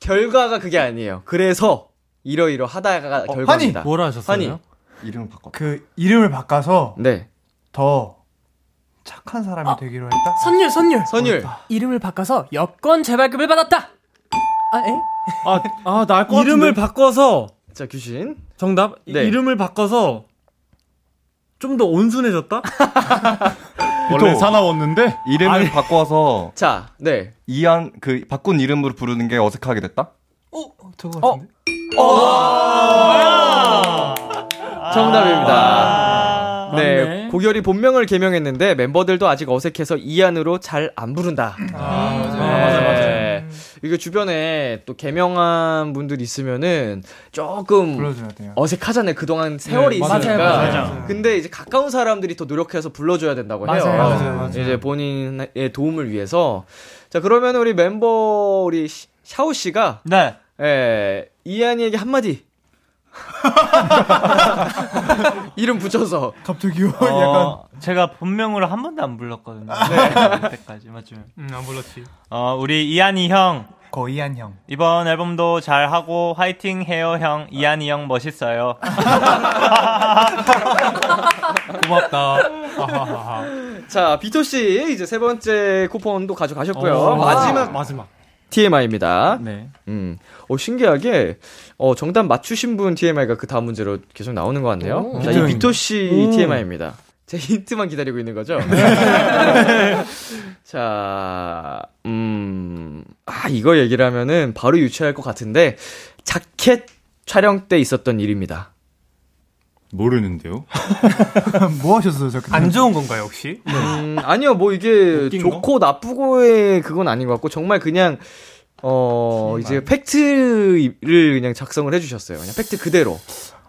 Speaker 2: 결과가 그게 아니에요. 그래서, 이러이러 하다가 결과입니다. 어, 환희.
Speaker 8: 이름을 바꿨다.
Speaker 6: 그 이름을 바꿔서
Speaker 2: 네.
Speaker 6: 더 착한 사람이
Speaker 13: 어.
Speaker 6: 되기로 했다.
Speaker 3: 선율 선율.
Speaker 2: 선율.
Speaker 3: 이름을 바꿔서 여권 재발급을 받았다. 아, 에?
Speaker 7: 아, 아, 나알것 같은데. 이름을 바꿔서.
Speaker 2: 자, 귀신.
Speaker 7: 정답? 이-
Speaker 2: 네.
Speaker 7: 이름을 바꿔서 좀 더 온순해졌다?
Speaker 8: 원래
Speaker 5: 사나웠는데
Speaker 8: 이름을 바꿔서
Speaker 2: 자, 네.
Speaker 8: 이한 그 바꾼 이름으로 부르는 게 어색하게 됐다?
Speaker 3: 저거 같은데.
Speaker 6: 아.
Speaker 2: 정답입니다. 네,
Speaker 7: 맞네.
Speaker 2: 고결이 본명을 개명했는데 멤버들도 아직 어색해서 이안으로 잘 안 부른다. 아, 맞아, 맞아. 이게 주변에 또 개명한 분들 있으면은 조금
Speaker 6: 불러줘야 돼요. 네,
Speaker 2: 어색하잖아요. 그동안 세월이
Speaker 6: 맞아요,
Speaker 2: 있으니까.
Speaker 6: 맞아요.
Speaker 2: 근데 이제 가까운 사람들이 더 노력해서 불러줘야 된다고 해요.
Speaker 6: 맞아요, 맞아요, 맞아요.
Speaker 2: 이제 본인의 도움을 위해서. 자, 그러면 우리 멤버 우리 시- 샤오 씨가
Speaker 10: 네.
Speaker 2: 예, 이한이에게 한마디. [laughs] 이름 붙여서
Speaker 6: 갑자기요. 뭐
Speaker 10: 어, 제가 본명으로
Speaker 5: 아.
Speaker 10: 한 번도 안 불렀거든요. 그때까지 네, 맞죠?
Speaker 13: 음, 안 불렀지.
Speaker 10: 어, 우리 이한이 형 좋고 이한 형. 이번 앨범도 잘 하고 화이팅 해요 형. 이한이 형
Speaker 5: [laughs]
Speaker 10: 멋있어요.
Speaker 2: 고맙다. 자, 비토 씨 이제 세 번째 쿠폰도 가져가셨고요. 마지막
Speaker 7: 어, 마지막. 네.
Speaker 2: TMI입니다. 음. 어, 신기하게 어, 정답 맞추신 분 TMI가 그 다음 문제로 계속 나오는 것 같네요.
Speaker 7: 오.
Speaker 2: 자, 이 비토 씨
Speaker 7: 음.
Speaker 2: TMI입니다. 제 힌트만 기다리고 있는 거죠?
Speaker 7: 네.
Speaker 2: [laughs] 자, 음, 아, 이거 얘기를 하면은 바로 유추할 것 같은데, 자켓 촬영 때 있었던 일입니다.
Speaker 5: 모르는데요?
Speaker 6: [laughs] 뭐 하셨어요, 저
Speaker 13: 안 좋은 건가요, 혹시?
Speaker 2: 음, 아니요, 뭐 이게 좋고 나쁘고의 그건 아닌 것 같고, 정말 그냥, 어, 이제 팩트를 그냥 작성을 해주셨어요. 그냥 팩트 그대로.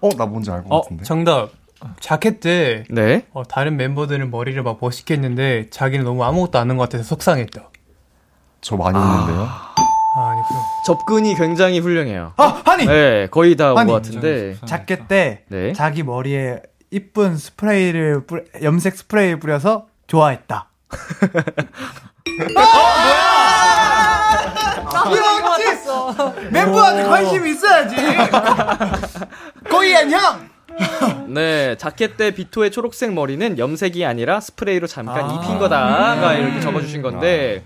Speaker 8: 어, 나 뭔지 알고.
Speaker 13: 어, 정답. 자켓 때
Speaker 2: 네.
Speaker 13: 어, 다른 멤버들은 머리를 막 멋있게 했는데 자기는 너무 아무것도 안 한 것 같아서 속상했다.
Speaker 8: 저 많이 했는데요.
Speaker 13: 아, 아니구나.
Speaker 2: 접근이 굉장히 훌륭해요.
Speaker 6: 아, 하니!
Speaker 2: 네, 거의 다 온
Speaker 6: 하니!
Speaker 2: 것 같은데.
Speaker 6: 자켓 때
Speaker 2: 네.
Speaker 6: 자기 머리에 이쁜 스프레이를 뿌려- 염색 스프레이 뿌려서
Speaker 2: [laughs]
Speaker 6: 좋아했다.
Speaker 2: 어,
Speaker 6: 어,
Speaker 2: 아,
Speaker 6: 멤버한테
Speaker 2: [laughs]
Speaker 6: 관심이 있어야지. 거이한 형.
Speaker 2: 네, 자켓 때 비토의 초록색 머리는 염색이 아니라 스프레이로 잠깐 입힌 거다가 이렇게 적어주신 건데,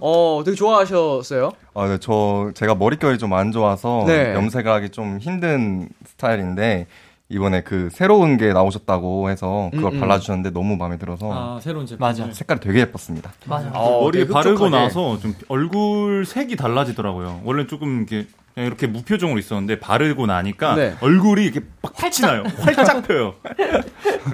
Speaker 2: 어, 되게 좋아하셨어요?
Speaker 8: 아, 네, 저 제가 머릿결이 좀 안 좋아서
Speaker 2: 네.
Speaker 8: 염색하기 좀 힘든 스타일인데 이번에 그 새로운 게 나오셨다고 해서 그걸
Speaker 5: 음, 음.
Speaker 8: 발라주셨는데 너무 마음에 들어서
Speaker 7: 아, 새로운 제품.
Speaker 5: 맞아.
Speaker 8: 색깔이 되게 예뻤습니다.
Speaker 5: 맞아. 머리에 바르고 나서 좀 얼굴 색이 달라지더라고요. 원래 조금 이렇게 그냥 이렇게 무표정으로 있었는데 바르고 나니까
Speaker 2: 네.
Speaker 5: 얼굴이 이렇게 빡 빛이 나요. 활짝 펴요.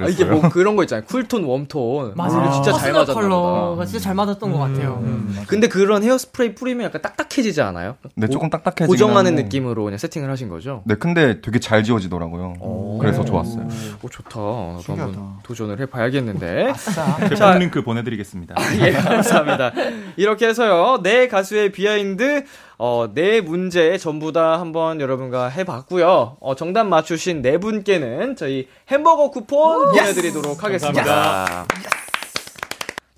Speaker 2: 아, 이게 뭐 그런 거 있잖아요. 쿨톤, 웜톤.
Speaker 5: 맞아요.
Speaker 2: 우리 진짜 잘
Speaker 5: 퍼스널
Speaker 2: 맞았나
Speaker 3: 컬러가
Speaker 2: 보다. 음,
Speaker 3: 진짜 잘 맞았던 것 같아요.
Speaker 2: 근데 그런 헤어스프레이 뿌리면 약간 딱딱해지지 않아요?
Speaker 8: 네,
Speaker 2: 오-
Speaker 8: 조금 딱딱해지긴
Speaker 2: 고정하는
Speaker 8: 한데.
Speaker 2: 느낌으로 그냥 세팅을 하신 거죠?
Speaker 8: 네, 근데 되게 잘 지워지더라고요. 그래서 좋았어요.
Speaker 2: 오, 좋다. 아, 나도 한번 도전을 해봐야겠는데.
Speaker 5: 제품 링크 그 보내드리겠습니다.
Speaker 2: [laughs] 예, 감사합니다. 이렇게 해서요, 네 가수의 비하인드, 어, 네 문제 전부 다 한번 여러분과 해봤고요. 어, 정답 맞추신 네 분께는 저희 햄버거 쿠폰
Speaker 4: 오!
Speaker 2: 보내드리도록
Speaker 4: 예스!
Speaker 2: 하겠습니다.
Speaker 4: 감사합니다.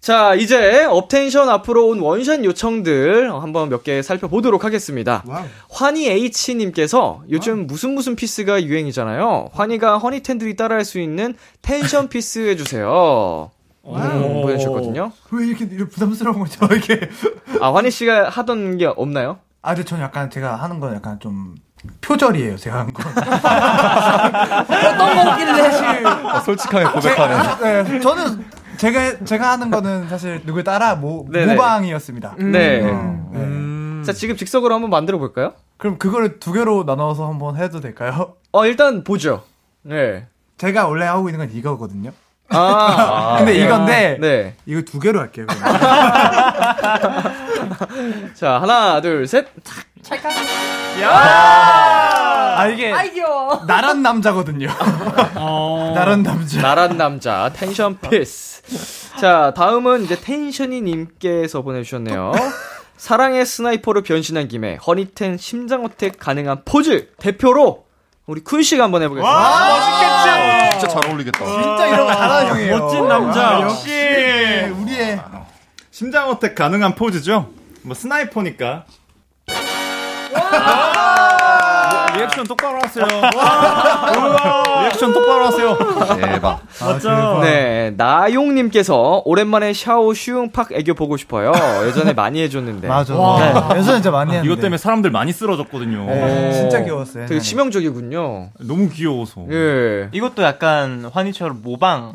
Speaker 2: 자, 이제 업텐션 앞으로 온 원샷 요청들 어, 한번 몇 개 살펴보도록 하겠습니다. 환희 H님께서 요즘 무슨 무슨 피스가 유행이잖아요. 환희가 허니텐들이 따라할 수 있는 텐션 피스 해주세요. 음, 보내주셨거든요.
Speaker 6: 왜 이렇게 이런 부담스러운 거죠 이게?
Speaker 2: 아, 환희 씨가 하던 게 없나요?
Speaker 6: 아, 근데 저는 약간 제가 하는 건 약간 좀 표절이에요, 제가 한 건.
Speaker 3: 어떤 거길래 사실.
Speaker 5: 아,
Speaker 8: 솔직하게
Speaker 6: 제가- 네, 저는 제가 제가 하는 거는 사실 누굴 따라 모,
Speaker 2: 네네.
Speaker 6: 모방이었습니다.
Speaker 2: 네.
Speaker 6: 어,
Speaker 5: 음.
Speaker 2: 자, 지금 즉석으로 한번 만들어 볼까요?
Speaker 6: 그럼 그거를 두 개로 나눠서 한번 해도 될까요?
Speaker 2: 어, 일단 보죠. 네.
Speaker 6: 제가 원래 하고 있는 건 이거거든요.
Speaker 5: [laughs]
Speaker 2: 아.
Speaker 6: 근데
Speaker 2: 아,
Speaker 6: 이건데
Speaker 2: 네.
Speaker 6: 이거 두 개로 할게요. 그럼.
Speaker 2: 자, 하나, 둘, 셋.
Speaker 3: 찰칵.
Speaker 6: 아 이게
Speaker 3: 아이 귀여워.
Speaker 6: 나란
Speaker 2: [laughs]
Speaker 6: 남자거든요.
Speaker 2: 어.
Speaker 6: 나란 남자.
Speaker 2: 나란 남자. 텐션 피스. 자, 다음은 이제 텐션이 님께서 보내주셨네요. 사랑의 스나이퍼로 변신한 김에 허니텐 심장 어택 가능한 포즈 대표로 우리 쿤 씨가 한번 해보겠습니다.
Speaker 8: 멋있겠지? 진짜 잘 어울리겠다.
Speaker 6: 진짜 이런 거 잘하는 형이에요.
Speaker 5: 멋진 남자.
Speaker 6: 아,
Speaker 5: 역시.
Speaker 6: 우리의
Speaker 2: 아,
Speaker 5: 심장 어택 가능한 포즈죠? 뭐 스나이퍼니까. 뭐, 리액션 똑바로 하세요. 우와. 리액션 똑바로 하세요.
Speaker 8: 대박.
Speaker 6: 아,
Speaker 5: 맞죠?
Speaker 2: 네, 나용님께서 오랜만에 샤오 슈웅팍 애교 보고 싶어요. 예전에 많이 해줬는데.
Speaker 5: 맞아.
Speaker 2: 네.
Speaker 6: 예전에 진짜 많이
Speaker 5: 이것 때문에 사람들 많이 쓰러졌거든요.
Speaker 2: 네, 진짜 귀여웠어요,
Speaker 5: 웠
Speaker 2: 되게 옛날에. 치명적이군요.
Speaker 5: 너무 귀여워서.
Speaker 2: 예.
Speaker 10: 이것도 약간 환희처럼 모방.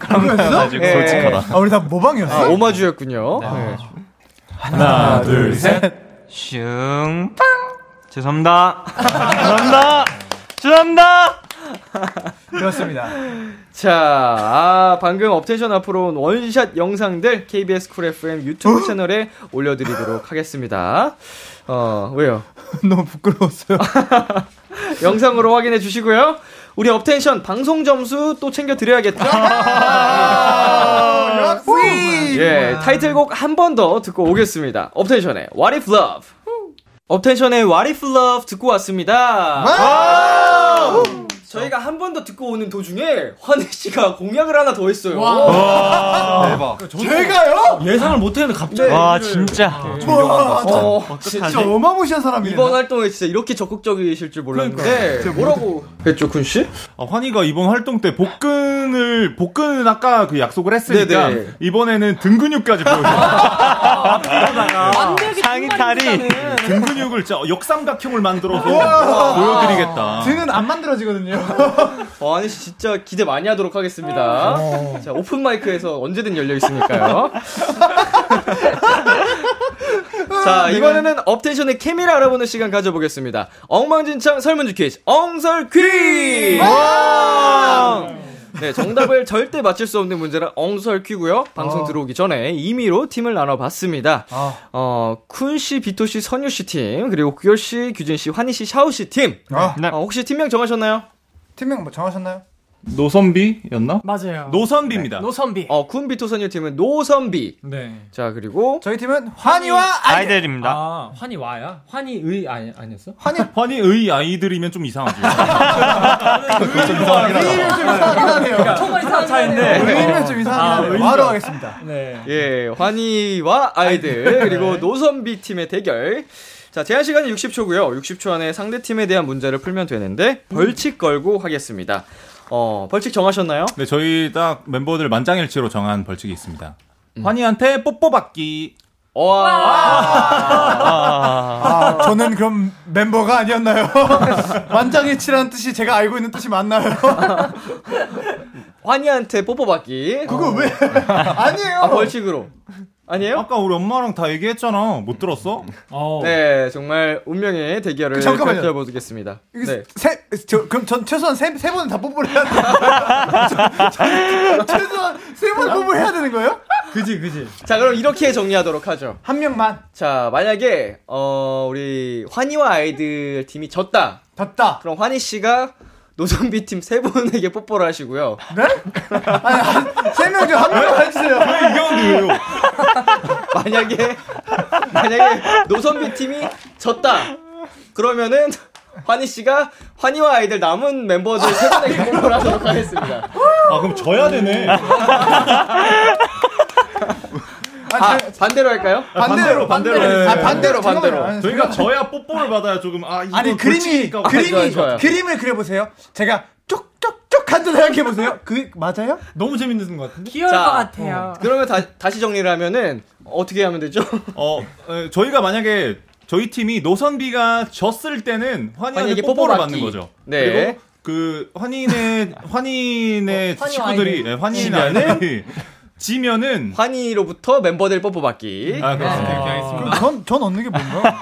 Speaker 6: 그거였어?
Speaker 2: 예.
Speaker 6: 아, 우리 다 모방이었어.
Speaker 2: 아, 오마주였군요. 네.
Speaker 10: 하나,
Speaker 5: 네.
Speaker 2: 둘, 셋.
Speaker 10: 슝, 빵. 죄송합니다. 죄송합니다. 죄송합니다.
Speaker 6: 그렇습니다.
Speaker 2: 자, 아, 방금 업텐션 앞으로 온 원샷 영상들 KBS 쿨 FM 유튜브 채널에 올려드리도록 하겠습니다. 어, 왜요?
Speaker 6: 너무 부끄러웠어요.
Speaker 2: 영상으로 확인해 주시고요. 우리 업텐션 방송 점수 또 [laughs] 챙겨드려야겠다.
Speaker 6: 어,
Speaker 2: 예, 타이틀곡 한 번 더 듣고 오겠습니다. 업텐션의 What If Love. 업텐션의 What If Love 듣고 왔습니다. 저희가 한 번 더 듣고 오는 도중에 환희 씨가 공약을 하나 더 했어요.
Speaker 16: 와. 대박.
Speaker 2: 제가요?
Speaker 4: 예상을 못했는데
Speaker 5: 네.
Speaker 4: 갑자기. 와 진짜.
Speaker 2: 존경한다, 네. 진짜.
Speaker 6: 진짜 어마무시한 아, 사람이네.
Speaker 2: 이번 활동에 진짜 이렇게 적극적이실 줄 몰랐는데 뭐라고? 배쪽훈 씨?
Speaker 5: 아, 환희가 이번 활동 때 복근을 복근은 아까 그 약속을 했으니까
Speaker 2: 네네.
Speaker 5: 이번에는 등 근육까지 보여줘요.
Speaker 4: 상의 다리.
Speaker 5: 등 근육을 진짜 역삼각형을 만들어서
Speaker 6: 우와.
Speaker 5: 보여드리겠다.
Speaker 6: 등은 안 만들어지거든요.
Speaker 2: 어, 아니 씨 진짜 기대 많이 하도록 하겠습니다. 자 오픈 마이크에서 언제든 열려 있으니까요. 자 이번에는 업텐션의 케미를 알아보는 시간 가져보겠습니다. 엉망진창 설문지 퀴즈 엉설 퀴즈. 엉! 네, 정답을 절대 맞힐 수 없는 문제라 엉설 퀴고요. 방송
Speaker 17: 아.
Speaker 2: 들어오기 전에 임의로 팀을 나눠봤습니다.
Speaker 6: 아,
Speaker 2: 어, 쿤 씨, 비토 씨, 선유 씨 팀 그리고 규열 씨, 규진 씨, 환희 씨, 샤오 씨 팀.
Speaker 6: 아.
Speaker 2: 어, 혹시 팀명 정하셨나요?
Speaker 6: 네. 팀명 뭐 정하셨나요?
Speaker 5: 노선비였나?
Speaker 3: 맞아요. 네,
Speaker 5: 노선비입니다.
Speaker 3: 노선비.
Speaker 2: 어, 쿤비토 선유 팀은 노선비.
Speaker 7: 네.
Speaker 2: 자, 그리고
Speaker 6: 저희 팀은 환희와
Speaker 4: 아이들입니다.
Speaker 7: 아, 환희 와야? 환희의 아니, 아니었어?
Speaker 6: 환희
Speaker 5: 환희의 아이들이면 좀 이상하죠.
Speaker 6: 의미는 좀 이상하긴 하네요.
Speaker 7: 정말
Speaker 6: 이상한
Speaker 7: 차인데.
Speaker 6: 네. 의미는 좀
Speaker 2: 아,
Speaker 6: 이상하긴 하네요.
Speaker 2: 의미가.
Speaker 6: 바로 하겠습니다.
Speaker 7: 네.
Speaker 2: 예, 환희와 아이들 그리고
Speaker 6: 네.
Speaker 2: 노선비 팀의 대결. 자, 제한 시간은 60초고요. 60초 안에 상대 팀에 대한 문제를 풀면 되는데 벌칙 걸고 하겠습니다. 어, 벌칙 정하셨나요?
Speaker 5: 네, 저희 딱 멤버들 만장일치로 정한 벌칙이 있습니다.
Speaker 6: 음.
Speaker 5: 환희한테 뽀뽀 받기.
Speaker 2: 어,
Speaker 6: 아, 저는 그럼 멤버가 [laughs] 아니었나요? 만장일치라는 뜻이 제가 알고 있는 뜻이 맞나요?
Speaker 2: 환희한테 뽀뽀 받기.
Speaker 6: 그거 왜? 네. 아니에요.
Speaker 2: 아, 벌칙으로. 아니에요?
Speaker 5: 아까 우리 엄마랑 다 얘기했잖아. 못 들었어?
Speaker 2: 네, 정말 운명의 대결을
Speaker 6: 그, 잠깐만요.
Speaker 2: 펼쳐보겠습니다.
Speaker 6: 이게
Speaker 2: 네.
Speaker 6: 세, 저, 그럼 전 최소한 세, 세 번은 다 뽀뽀를 해야 [laughs] 돼. 최소한 세 번은 뽀뽀를 해야 되는 거예요?
Speaker 2: 그지, 그지. 자, 그럼 이렇게 정리하도록 하죠.
Speaker 6: 한 명만.
Speaker 2: 자, 만약에, 어, 우리 환희와 아이들 팀이 졌다.
Speaker 6: 졌다.
Speaker 2: 그럼 환희 씨가 노선비 팀 세 분에게 뽀뽀를 하시고요.
Speaker 6: 세 명 중 한 명만 해주세요.
Speaker 5: 왜 이겼는데 왜요?
Speaker 2: 만약에, [laughs] 만약에 노선비 팀이 졌다. 그러면은, 환희 씨가 환희와 아이들 남은 멤버들 세 분에게 뽀뽀를 하도록 하겠습니다.
Speaker 5: 아, 그럼 져야 되네.
Speaker 2: 아, 반대로 할까요?
Speaker 5: 반대로, 반대로.
Speaker 2: 아, 반대로, 반대로.
Speaker 5: 저희가 저야 뽀뽀를 받아야 조금, 아, 이거
Speaker 6: 아니 그림이
Speaker 5: 벌칙이니까
Speaker 6: 그림이
Speaker 5: 좋아요, 좋아요.
Speaker 6: 그림을 그려보세요. 제가 쪽쪽쪽 한자 생각해 보세요. 그 맞아요?
Speaker 7: 너무 재밌는 것 같은데.
Speaker 3: 귀여울
Speaker 2: 자, 어.
Speaker 3: 것 같아요.
Speaker 2: 그러면 다, 시 정리를 하면은 어떻게 하면
Speaker 5: [laughs]
Speaker 2: 되죠?
Speaker 5: 어, 에, 저희가 만약에 저희 팀이 노선비가 졌을 때는 환희에게
Speaker 2: 환희에게
Speaker 5: 뽀뽀를
Speaker 2: 뽀뽀 받기.
Speaker 5: 받는 거죠.
Speaker 2: 네.
Speaker 5: 그리고 그 환희네 [laughs] 환희네
Speaker 2: 환희
Speaker 5: 친구들이
Speaker 2: 아이들.
Speaker 5: 네, 환희네
Speaker 2: 지면은?
Speaker 5: 아이들이 지면은
Speaker 2: 환희로부터 멤버들 뽀뽀 받기.
Speaker 5: 아, 그렇습니다. 이렇게
Speaker 6: 그럼 전, 전 얻는 게 뭔가?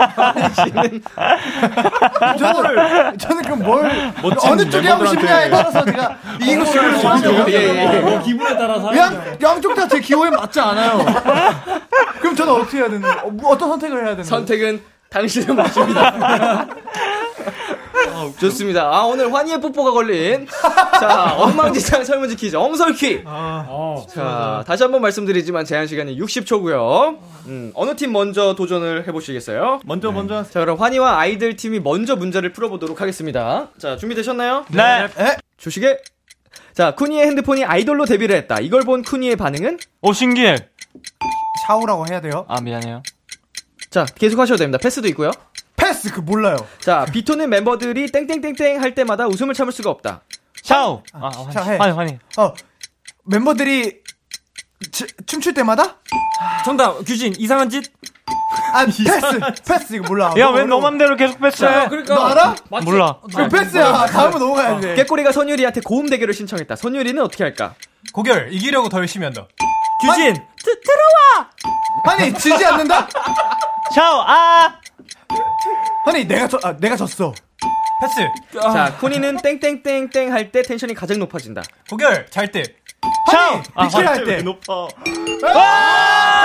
Speaker 6: 저는, 저는 그럼 뭘,
Speaker 5: 멋진
Speaker 6: 어느 쪽이 하고
Speaker 5: 멤버들한테
Speaker 6: 싶냐에 따라서 제가 이거 수를
Speaker 2: 예,
Speaker 6: 정하죠.
Speaker 7: 기분에 따라서
Speaker 6: 양, 양쪽 다 제 기호에 맞지 않아요. 그럼 저는 어떻게 해야 되는, 어, 뭐, 어떤 선택을 해야 되는
Speaker 2: 음. 선택은 당신의 몫입니다. 좋습니다. [laughs] 아 오늘 환희의 뽀뽀가 걸린 자 엉망진창 설문지 퀴즈 엉설퀴. 어, 자 다시 한번 말씀드리지만 제한 시간이 60초고요. 음, 어느 팀 먼저 도전을 해보시겠어요?
Speaker 5: 먼저 먼저
Speaker 2: 자 그럼 환희와 아이들 팀이 먼저 문제를 풀어보도록 하겠습니다. 자 준비되셨나요?
Speaker 4: 네.
Speaker 2: 주식에 자 쿠니의 핸드폰이 아이돌로 데뷔를 했다. 이걸 본 쿠니의 반응은?
Speaker 4: 오 신기해.
Speaker 6: 샤오라고 해야 돼요?
Speaker 4: 아 미안해요.
Speaker 2: 자 계속 하셔도 됩니다. 패스도 있고요.
Speaker 6: 패스, 그 몰라요.
Speaker 2: 자 비토는 멤버들이 땡땡땡땡 할 때마다 웃음을 참을 수가 없다.
Speaker 4: 샤오. 아,
Speaker 6: 자, 해.
Speaker 4: 환희 환희.
Speaker 6: 어, 멤버들이 치- 춤출 때마다?
Speaker 7: 정답, 규진, 이상한 짓?
Speaker 6: 아, 패스, 패스, 이거 몰라.
Speaker 4: 야,
Speaker 6: 너무
Speaker 4: 왜 너
Speaker 6: 어려워.
Speaker 4: 맘대로 계속 패스해?
Speaker 7: 그러니까
Speaker 6: 너 알아?
Speaker 4: 몰라.
Speaker 6: 이거 패스야. 다음은 넘어가야 돼.
Speaker 2: 깨꼬리가 선율이한테 고음 대결을 신청했다. 선율이는 어떻게 할까?
Speaker 9: 고결 이기려고 더 열심히 한다.
Speaker 7: 규진!
Speaker 6: 아니 지지 않는다?
Speaker 4: 샤오. 아.
Speaker 6: 아니 내가 저, 아, 내가 졌어.
Speaker 9: 패스.
Speaker 2: 자 쿠니는 땡땡땡땡 할 때 텐션이 가장 높아진다.
Speaker 9: 고결 잘 때.
Speaker 6: 아니 비킬
Speaker 5: 아,
Speaker 6: 할 때.
Speaker 5: 높아.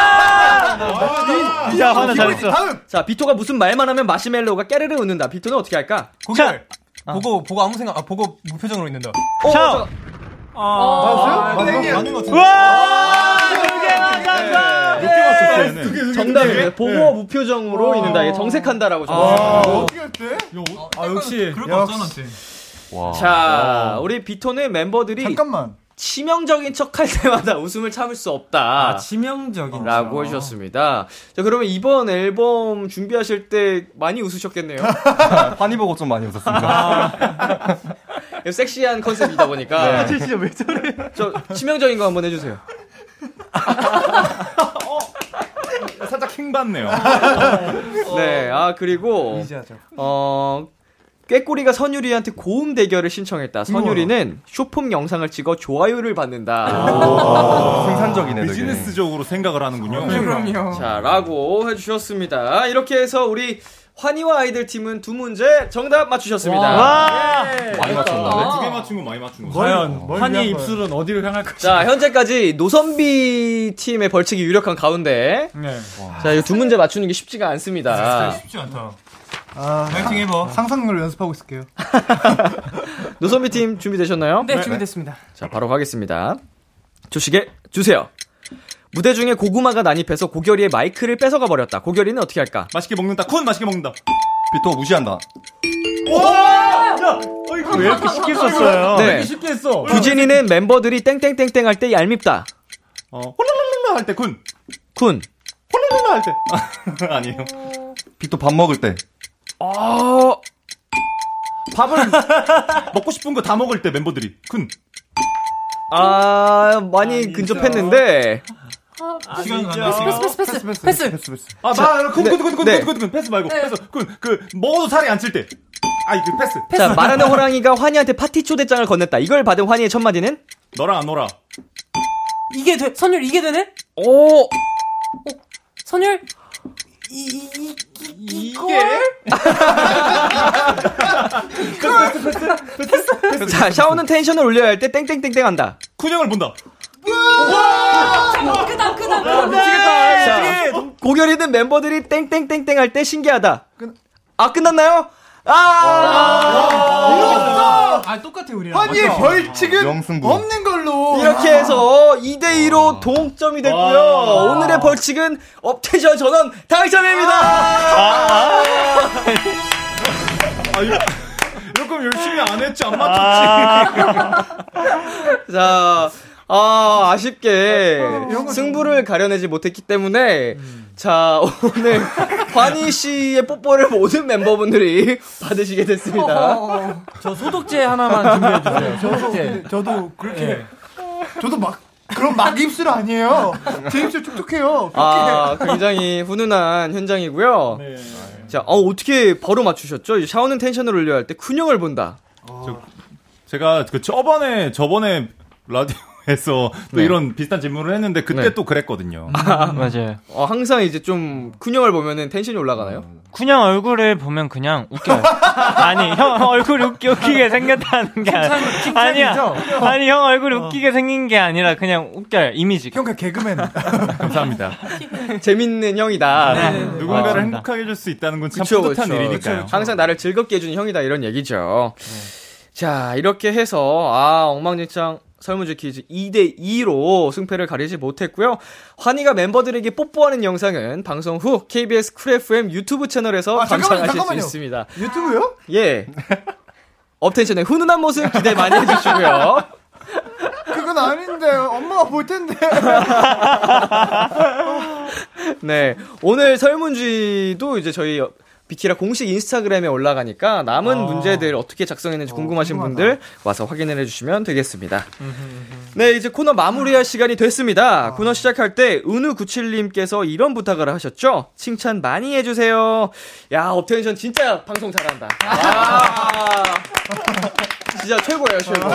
Speaker 6: 이- 이-
Speaker 4: 야, 하나 잘했어.
Speaker 6: 다음
Speaker 2: 자 비토가 무슨 말만 하면 마시멜로가 깨르르 웃는다. 비토는 어떻게 할까?
Speaker 9: 고결. 보고 보고 아무 생각 아 보고 무표정으로 있는다.
Speaker 2: 어,
Speaker 4: 샤오.
Speaker 2: 잠깐-
Speaker 6: 아,
Speaker 9: 맞는 것 같은데.
Speaker 4: 와! 두개 맞았어.
Speaker 2: 정답이네. 아. 보고
Speaker 5: 아,
Speaker 2: 무표정으로 있는다. 이게 정색한다라고 정답.
Speaker 6: 어떻게 할 때?
Speaker 9: 아 역시. 그럴 거 없잖아.
Speaker 2: 와. 자, 우리 비톤의 멤버들이 잠깐만. 치명적인 척 할 때마다 [laughs] 웃음을 참을 수 없다.
Speaker 7: 치명적인
Speaker 2: 라고 하셨습니다. 자, 그러면 이번 앨범 준비하실 때 많이 [laughs] 웃으셨겠네요.
Speaker 8: 환희 보고 좀 많이 웃었습니다.
Speaker 2: 섹시한 컨셉이다 보니까.
Speaker 8: 네.
Speaker 2: 아, 진짜 왜 저래? 저 치명적인 거 한번 해주세요.
Speaker 5: 살짝 킹받네요.
Speaker 2: 네, 아 그리고 어 꾀꼬리가 선유리한테 고음 대결을 신청했다. 선유리는 쇼폼 영상을 찍어 좋아요를 받는다.
Speaker 5: 생산적이네. 비즈니스적으로 생각을 하는군요.
Speaker 2: 그럼요. 자라고 해주셨습니다. 이렇게 해서 우리 환희와 아이들 팀은 두 문제 정답 맞추셨습니다.
Speaker 5: 와.
Speaker 2: 예.
Speaker 5: 많이 맞췄는데?
Speaker 2: 아.
Speaker 5: 두개 맞춘 거 많이 맞춘 거.
Speaker 2: 과연
Speaker 5: 환희의
Speaker 7: 입술은 어디를 향할
Speaker 4: [laughs]
Speaker 2: 자 현재까지 노선비 팀의 벌칙이 유력한 가운데
Speaker 6: 음.
Speaker 7: 네.
Speaker 2: 자이 두 문제 맞추는 게 쉽지가 않습니다.
Speaker 6: 쉽지 않다.
Speaker 18: 아,
Speaker 5: 네,
Speaker 6: 파이팅 해봐. 상상력을 연습하고 있을게요.
Speaker 2: 노선비 팀 준비되셨나요?
Speaker 6: 네, 준비됐습니다.
Speaker 2: 자, 바로 가겠습니다. 조식에 주세요. 무대 중에 고구마가 난입해서 고결이의 마이크를 뺏어가 버렸다. 고결이는 어떻게 할까?
Speaker 5: 맛있게 먹는다. 쿤 맛있게 먹는다.
Speaker 8: 비토 무시한다.
Speaker 5: 야, 어이구,
Speaker 2: 왜 이렇게 쉽게 썼어요? 네.
Speaker 5: 왜 이렇게 쉽게 했어?
Speaker 2: 규진이는 멤버들이 땡땡땡땡 할 때 얄밉다.
Speaker 5: 어, 홀랄랄라 할 때 군.
Speaker 2: 쿤.
Speaker 5: 홀랄랄라 할 때. [laughs] 아니에요.
Speaker 8: 비토 밥 먹을 때.
Speaker 2: 아.
Speaker 5: 밥을 먹고 싶은 거 다 먹을 때 멤버들이 군.
Speaker 2: 아, 많이 근접했는데.
Speaker 5: 아, 시간
Speaker 6: 패스, 패스, 패스, 패스, 패스, 패스, 패스.
Speaker 5: 아,
Speaker 2: 자,
Speaker 5: 마, 군,
Speaker 2: 네,
Speaker 5: 군, 군, 군,
Speaker 2: 네.
Speaker 5: 군, 군, 군, 패스 말고,
Speaker 2: 네.
Speaker 5: 패스, 군, 그, 먹어도 살이 안 찔 때. 아이, 그, 패스.
Speaker 2: 자, 말하는 호랑이가 환희한테 파티 초대장을 건넸다. 이걸 받은 환희의 첫마디는?
Speaker 5: 너랑 안 놀아.
Speaker 3: 이게 돼 선율 이게 되네?
Speaker 2: 오.
Speaker 3: 선율 이, 이, 이, 이게?
Speaker 2: 자, 샤오는 텐션을 올려야 할 때 땡땡땡땡 한다.
Speaker 5: 쿤형을 본다.
Speaker 3: 끄다, 끄다,
Speaker 2: 아,
Speaker 18: 네,
Speaker 2: 미치겠다. 자, 고결이든 멤버들이 땡땡땡땡 할 때 신기하다. 아, 끝났나요? 아!
Speaker 18: 아, 똑같아, 우리랑.
Speaker 6: 환희의
Speaker 18: 맞죠? 어.
Speaker 6: 벌칙은 없는 걸로.
Speaker 2: 이렇게 해서 2대2로 동점이 됐고요. 오늘의 벌칙은 업텐션 전원 당첨입니다!
Speaker 5: 아, 이거, 이거 열심히 안 했지, 안 맞췄지.
Speaker 2: 자, 아, 아쉽게 승부를 가려내지 못했기 때문에
Speaker 6: 음.
Speaker 2: 자, 오늘 [laughs] 환희 씨의 뽀뽀를 모든 멤버분들이 받으시게
Speaker 3: 어.
Speaker 18: 어.
Speaker 2: 됐습니다.
Speaker 10: 저 소독제
Speaker 3: 아.
Speaker 10: 하나만 준비해 주세요. 소독제.
Speaker 6: 저도, 저도 그렇게. 저도 막, 그럼 막 입술 아니에요. 제 입술 촉촉해요.
Speaker 2: 아, 굉장히 훈훈한 현장이고요.
Speaker 5: 네.
Speaker 2: 자, 어, 어떻게 바로 맞추셨죠? 이 샤오는 텐션을 올려야 할 때 쿤형을 본다.
Speaker 5: 제가 그 저번에, 저번에 라디오에서 또
Speaker 2: 네.
Speaker 5: 이런 비슷한 질문을 했는데, 그때
Speaker 2: 네.
Speaker 5: 또 그랬거든요.
Speaker 10: 맞아요.
Speaker 2: 어, 항상 이제 좀 쿤형을 보면은 텐션이 올라가나요?
Speaker 10: 그냥 얼굴을 보면 그냥 웃겨요. [laughs] 아니 형 얼굴 웃기, 웃기게 생겼다는 게 아니-
Speaker 18: 칭찬,
Speaker 10: 아니야.
Speaker 18: 칭찬이죠?
Speaker 10: 아니 형 얼굴
Speaker 6: 어.
Speaker 10: 웃기게 생긴 게 아니라 그냥 웃겨요 이미지. 형
Speaker 6: 그냥 그러니까 개그맨.
Speaker 5: 감사합니다. [laughs]
Speaker 2: 재밌는 형이다.
Speaker 5: 네.
Speaker 2: 아,
Speaker 5: 누군가를 행복하게 해줄 수 있다는 건 참
Speaker 2: 그쵸,
Speaker 5: 뿌듯한
Speaker 2: 그쵸.
Speaker 5: 일이니까요.
Speaker 2: 항상 나를 즐겁게 해주는 형이다 이런 얘기죠.
Speaker 5: 네.
Speaker 2: 자 이렇게 해서 아 엉망진창 설문지 퀴즈 2대 2로 승패를 가리지 못했고요. 환희가 멤버들에게 뽀뽀하는 영상은 방송 후 KBS 쿨 FM 유튜브 채널에서
Speaker 6: 아, 잠깐만요,
Speaker 2: 감상하실
Speaker 6: 잠깐만요.
Speaker 2: 수 있습니다.
Speaker 6: 유튜브요? [laughs]
Speaker 2: 예. 업텐션의 훈훈한 모습 기대 많이 해주시고요.
Speaker 6: 그건 아닌데, 엄마가 볼
Speaker 2: [laughs]
Speaker 6: 텐데.
Speaker 2: 네. 오늘 설문지도 이제 저희 비키라 공식 인스타그램에 올라가니까 남은 문제들 아. 어떻게 작성했는지 궁금하신 분들 와서 확인을 해주시면 되겠습니다. 네, 이제 코너 마무리할 시간이 됐습니다. 코너 시작할 때 은우97님께서 이런 부탁을 하셨죠? 칭찬 많이 해주세요. 야, 업텐션 진짜 방송 잘한다. [laughs] 와. 진짜 최고예요, [laughs] 최고.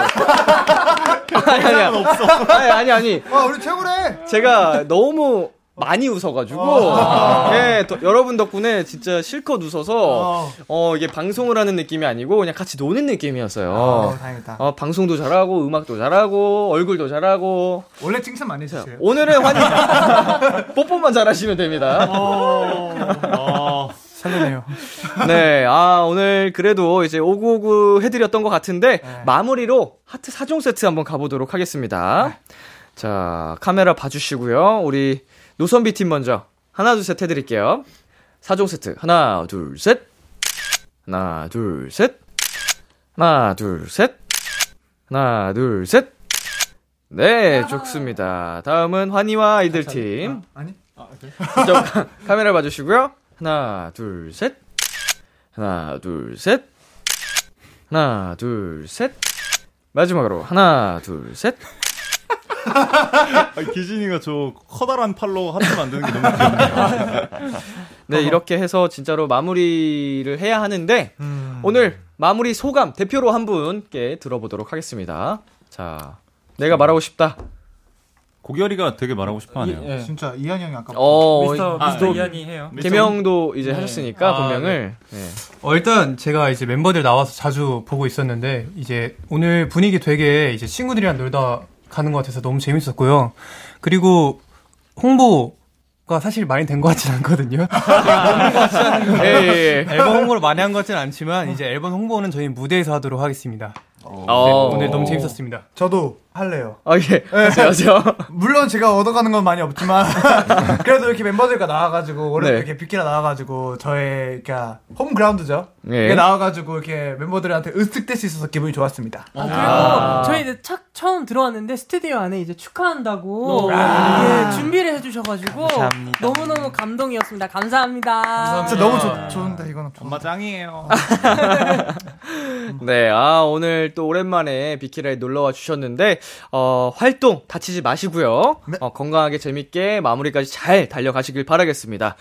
Speaker 2: 아니, 아니, 아니. 아니, 아니, 아니.
Speaker 6: 와, 우리 최고래.
Speaker 2: 제가 너무 많이 웃어가지고
Speaker 6: 아.
Speaker 2: 예, 더- 여러분 덕분에 진짜 실컷 웃어서 어 이게 방송을 하는 느낌이 아니고 그냥 같이 노는 느낌이었어요.
Speaker 6: 아, 다행이다.
Speaker 2: 어, 방송도 잘하고 음악도 잘하고 얼굴도 잘하고
Speaker 6: 원래 칭찬 많이 해주세요.
Speaker 2: 오늘은 환희 [laughs] 뽀뽀만 잘하시면 됩니다.
Speaker 6: 어. 설레네요.
Speaker 2: [laughs] 네, 아 오늘 그래도 이제 오구오구 해드렸던 것 같은데
Speaker 6: 네.
Speaker 2: 마무리로 하트 4종 세트 한번 가보도록 하겠습니다.
Speaker 6: 네.
Speaker 2: 자 카메라 봐주시고요. 우리 노선비 팀 먼저 하나 둘 셋 해드릴게요. 4종 세트 하나 둘 셋, 하나 둘 셋, 하나, 둘, 셋. 하나, 둘, 셋. 네, 좋습니다. 다음은 환희와 아이들 팀.
Speaker 6: 아니? 아,
Speaker 2: 이쪽 카메라 봐주시고요. 하나, 둘, 셋. 하나, 둘, 셋. 하나, 둘, 셋. 마지막으로 하나, 둘, 셋.
Speaker 5: 아니, 기진이가 저 커다란 팔로 하트 만드는 게 너무 귀엽네요.
Speaker 2: 네, 이렇게 해서 진짜로 마무리를 해야 하는데
Speaker 9: 음.
Speaker 2: 오늘 마무리 소감 대표로 한 분께 들어보도록 하겠습니다. 자, 내가 말하고 싶다.
Speaker 5: 고결이가 되게 말하고 싶어하네요.
Speaker 6: 예. 진짜 이한이 형이 아까
Speaker 2: 어,
Speaker 6: 미스터-
Speaker 2: 아,
Speaker 6: 미스터
Speaker 2: 또
Speaker 6: 이한이 해요.
Speaker 2: 개명도 이제 하셨으니까
Speaker 6: 아,
Speaker 2: 본명을.
Speaker 9: 네.
Speaker 2: 네.
Speaker 9: 어, 일단 제가 이제 멤버들 나와서 자주 보고 있었는데 이제 오늘 분위기 되게 이제 친구들이랑 놀다 가는 것 같아서 너무 재밌었고요. 그리고 홍보가 사실 많이 된 것 같진
Speaker 10: [laughs]
Speaker 9: 않거든요.
Speaker 2: 예, 예, 예.
Speaker 9: 앨범 홍보를 많이 한 것 같진 않지만 이제 앨범 홍보는 저희 무대에서 하도록 하겠습니다. 네,
Speaker 2: 어.
Speaker 9: 오늘 너무 재밌었습니다. 네.
Speaker 6: 저도 할래요.
Speaker 2: 아, 예. 하세요, 하세요.
Speaker 6: 물론 제가 얻어가는 건 많이 없지만 [laughs] 그래도 이렇게 멤버들과 나와가지고 원래
Speaker 2: 네.
Speaker 6: 이렇게 빅키라 나와가지고 저의 그러니까 홈그라운드죠.
Speaker 2: 예.
Speaker 6: 이렇게 나와가지고 이렇게 멤버들한테 으쓱될 수 있어서 기분이 좋았습니다.
Speaker 3: 아, 그리고 저희 이제 착 처음 들어왔는데 스튜디오 안에 이제 축하한다고
Speaker 6: 아.
Speaker 3: 예, 준비를 해주셔가지고
Speaker 6: 감사합니다.
Speaker 3: 너무너무 감동이었습니다. 감사합니다.
Speaker 6: 진짜 너무 좋, 좋은데 이거는
Speaker 5: 엄마 짱이에요.
Speaker 2: 네, 아, 오늘 또 오랜만에 비키라에 놀러와 주셨는데, 어, 활동 다치지 마시고요. 어, 건강하게 재밌게 마무리까지 잘 달려가시길 바라겠습니다.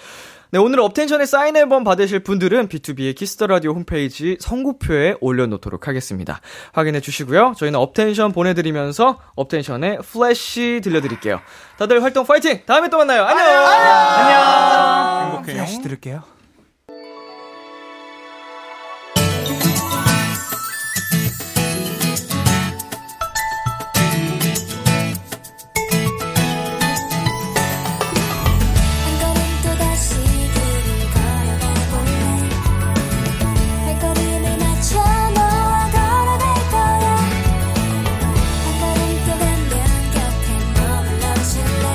Speaker 2: 네, 오늘 업텐션의 사인 앨범 받으실 분들은 B2B의 키스터 라디오 홈페이지 선고표에 올려놓도록 하겠습니다. 확인해 주시고요. 저희는 업텐션 보내드리면서 업텐션의 플래시 들려드릴게요. 다들 활동 파이팅! 다음에 또 만나요. 안녕! 안녕!
Speaker 6: 행복해요. 다시 들을게요.
Speaker 4: 한 걸음 또다시 길을 걸어가볼래 발걸음을 맞춰 너와 걸어갈 거야 한 걸음 또 가면 곁에 머물러줄래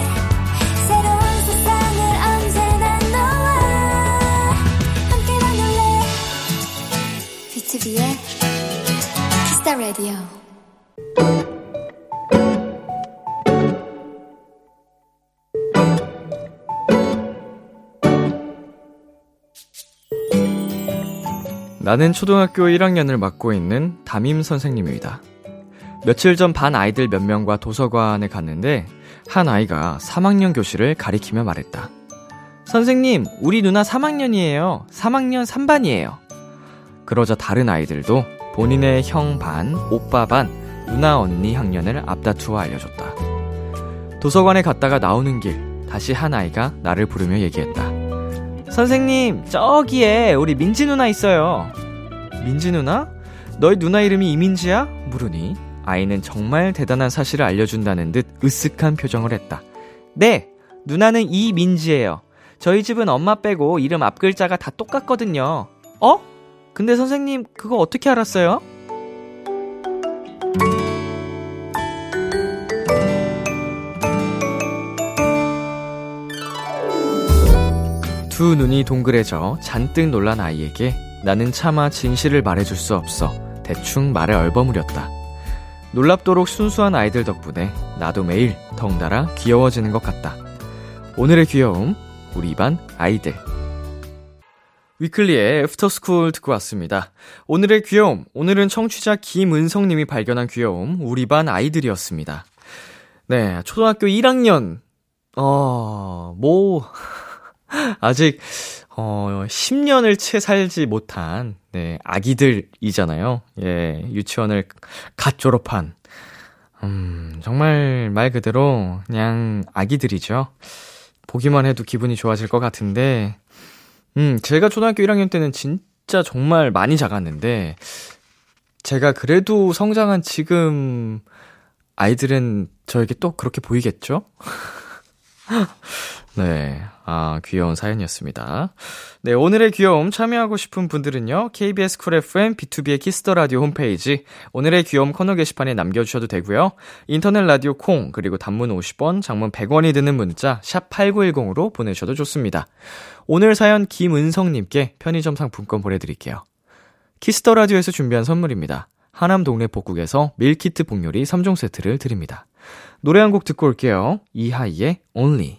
Speaker 4: 새로운 세상을 언제나 너와 함께 만들래 B2B의 키스타 라디오
Speaker 2: 나는 초등학교 1학년을 맡고 있는 담임 선생님입니다. 며칠 전 반 아이들 몇 명과 도서관에 갔는데 한 아이가 3학년 교실을 가리키며 말했다. 선생님, 우리 누나 3학년이에요. 3학년 3반이에요. 그러자 다른 아이들도 본인의 형 반, 오빠 반, 누나 언니 학년을 앞다투어 알려줬다. 도서관에 갔다가 나오는 길, 다시 한 아이가 나를 부르며 얘기했다. 선생님, 저기에 우리 민지 누나 있어요. 민지 누나? 너희 누나 이름이 이민지야? 물으니 아이는 정말 대단한 사실을 알려준다는 듯 으쓱한 표정을 했다. 네, 누나는 이민지예요. 저희 집은 엄마 빼고 이름 앞글자가 다 똑같거든요. 어? 근데 선생님, 그거 어떻게 알았어요? 두 눈이 동그래져 잔뜩 놀란 아이에게 나는 차마 진실을 말해줄 수 없어 대충 말에 얼버무렸다. 놀랍도록 순수한 아이들 덕분에 나도 매일 덩달아 귀여워지는 것 같다. 오늘의 귀여움, 우리 반 아이들. 위클리의 애프터스쿨 듣고 왔습니다. 오늘의 귀여움, 오늘은 청취자 김은성님이 발견한 귀여움, 우리 반 아이들이었습니다. 네, 초등학교 1학년, 어, 뭐, 아직 어 10년을 채 살지 못한 네, 아기들이잖아요. 예, 유치원을 갓 졸업한 음, 정말 말 그대로 그냥 아기들이죠. 보기만 해도 기분이 좋아질 것 같은데 음, 제가 초등학교 1학년 때는 진짜 정말 많이 작았는데 제가 그래도 성장한 지금 아이들은 저에게 또 그렇게 보이겠죠? 네. 아, 귀여운 사연이었습니다. 네, 오늘의 귀여움 참여하고 싶은 분들은요, KBS 쿨 FM B2B의 키스터 라디오 홈페이지, 오늘의 귀여움 코너 게시판에 남겨주셔도 되고요 인터넷 라디오 콩, 그리고 단문 50원, 장문 100원이 드는 문자, 샵8910으로 보내셔도 좋습니다. 오늘 사연 김은성님께 편의점 상품권 보내드릴게요. 키스터 라디오에서 준비한 선물입니다. 하남 동네 복국에서 밀키트 복요리 3종 세트를 드립니다. 노래 한 곡 듣고 올게요. 이하이의 Only.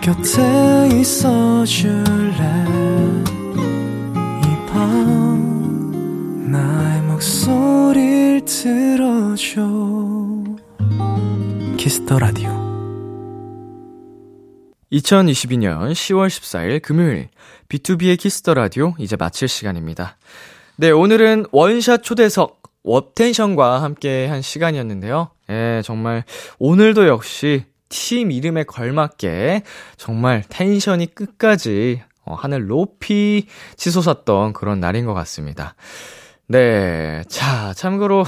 Speaker 4: 곁에 있어줄래 이 밤 나의 목소리를 들어줘 키스터 라디오
Speaker 2: 2022년 10월 14일 금요일 B2B의 키스터 라디오 이제 마칠 시간입니다. 네, 오늘은 원샷 초대석 워텐션과 함께 한 시간이었는데요. 예, 정말 오늘도 역시 팀 이름에 걸맞게 정말 텐션이 끝까지 어, 하늘 높이 치솟았던 그런 날인 것 같습니다. 네, 자, 참고로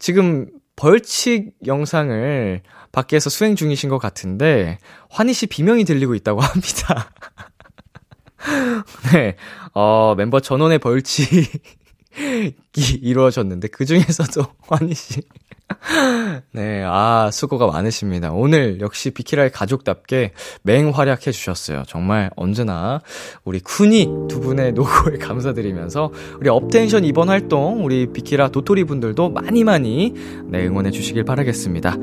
Speaker 2: 지금 벌칙 영상을 밖에서 수행 중이신 것 같은데, 환희 씨 비명이 들리고 있다고 [laughs] 합니다. 네, 어, 멤버 전원의 벌칙이 [laughs] 이루어졌는데, 그 중에서도 [laughs] 환희 씨. 네, 아, 수고가 많으십니다. 오늘 역시 비키라의 가족답게 맹활약해 주셨어요. 정말 언제나 우리 쿤이 두 분의 노고에 [laughs] 감사드리면서 우리 업텐션 이번 활동 우리 비키라 도토리 분들도 많이 많이 네, 응원해 주시길 바라겠습니다.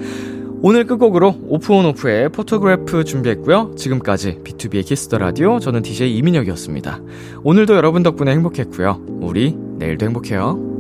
Speaker 2: 오늘 끝곡으로 오프온오프의 포토그래프 준비했고요. 지금까지 B2B의 키스터 라디오 저는 DJ 이민혁이었습니다. 오늘도 여러분 덕분에 행복했고요. 우리 내일도 행복해요.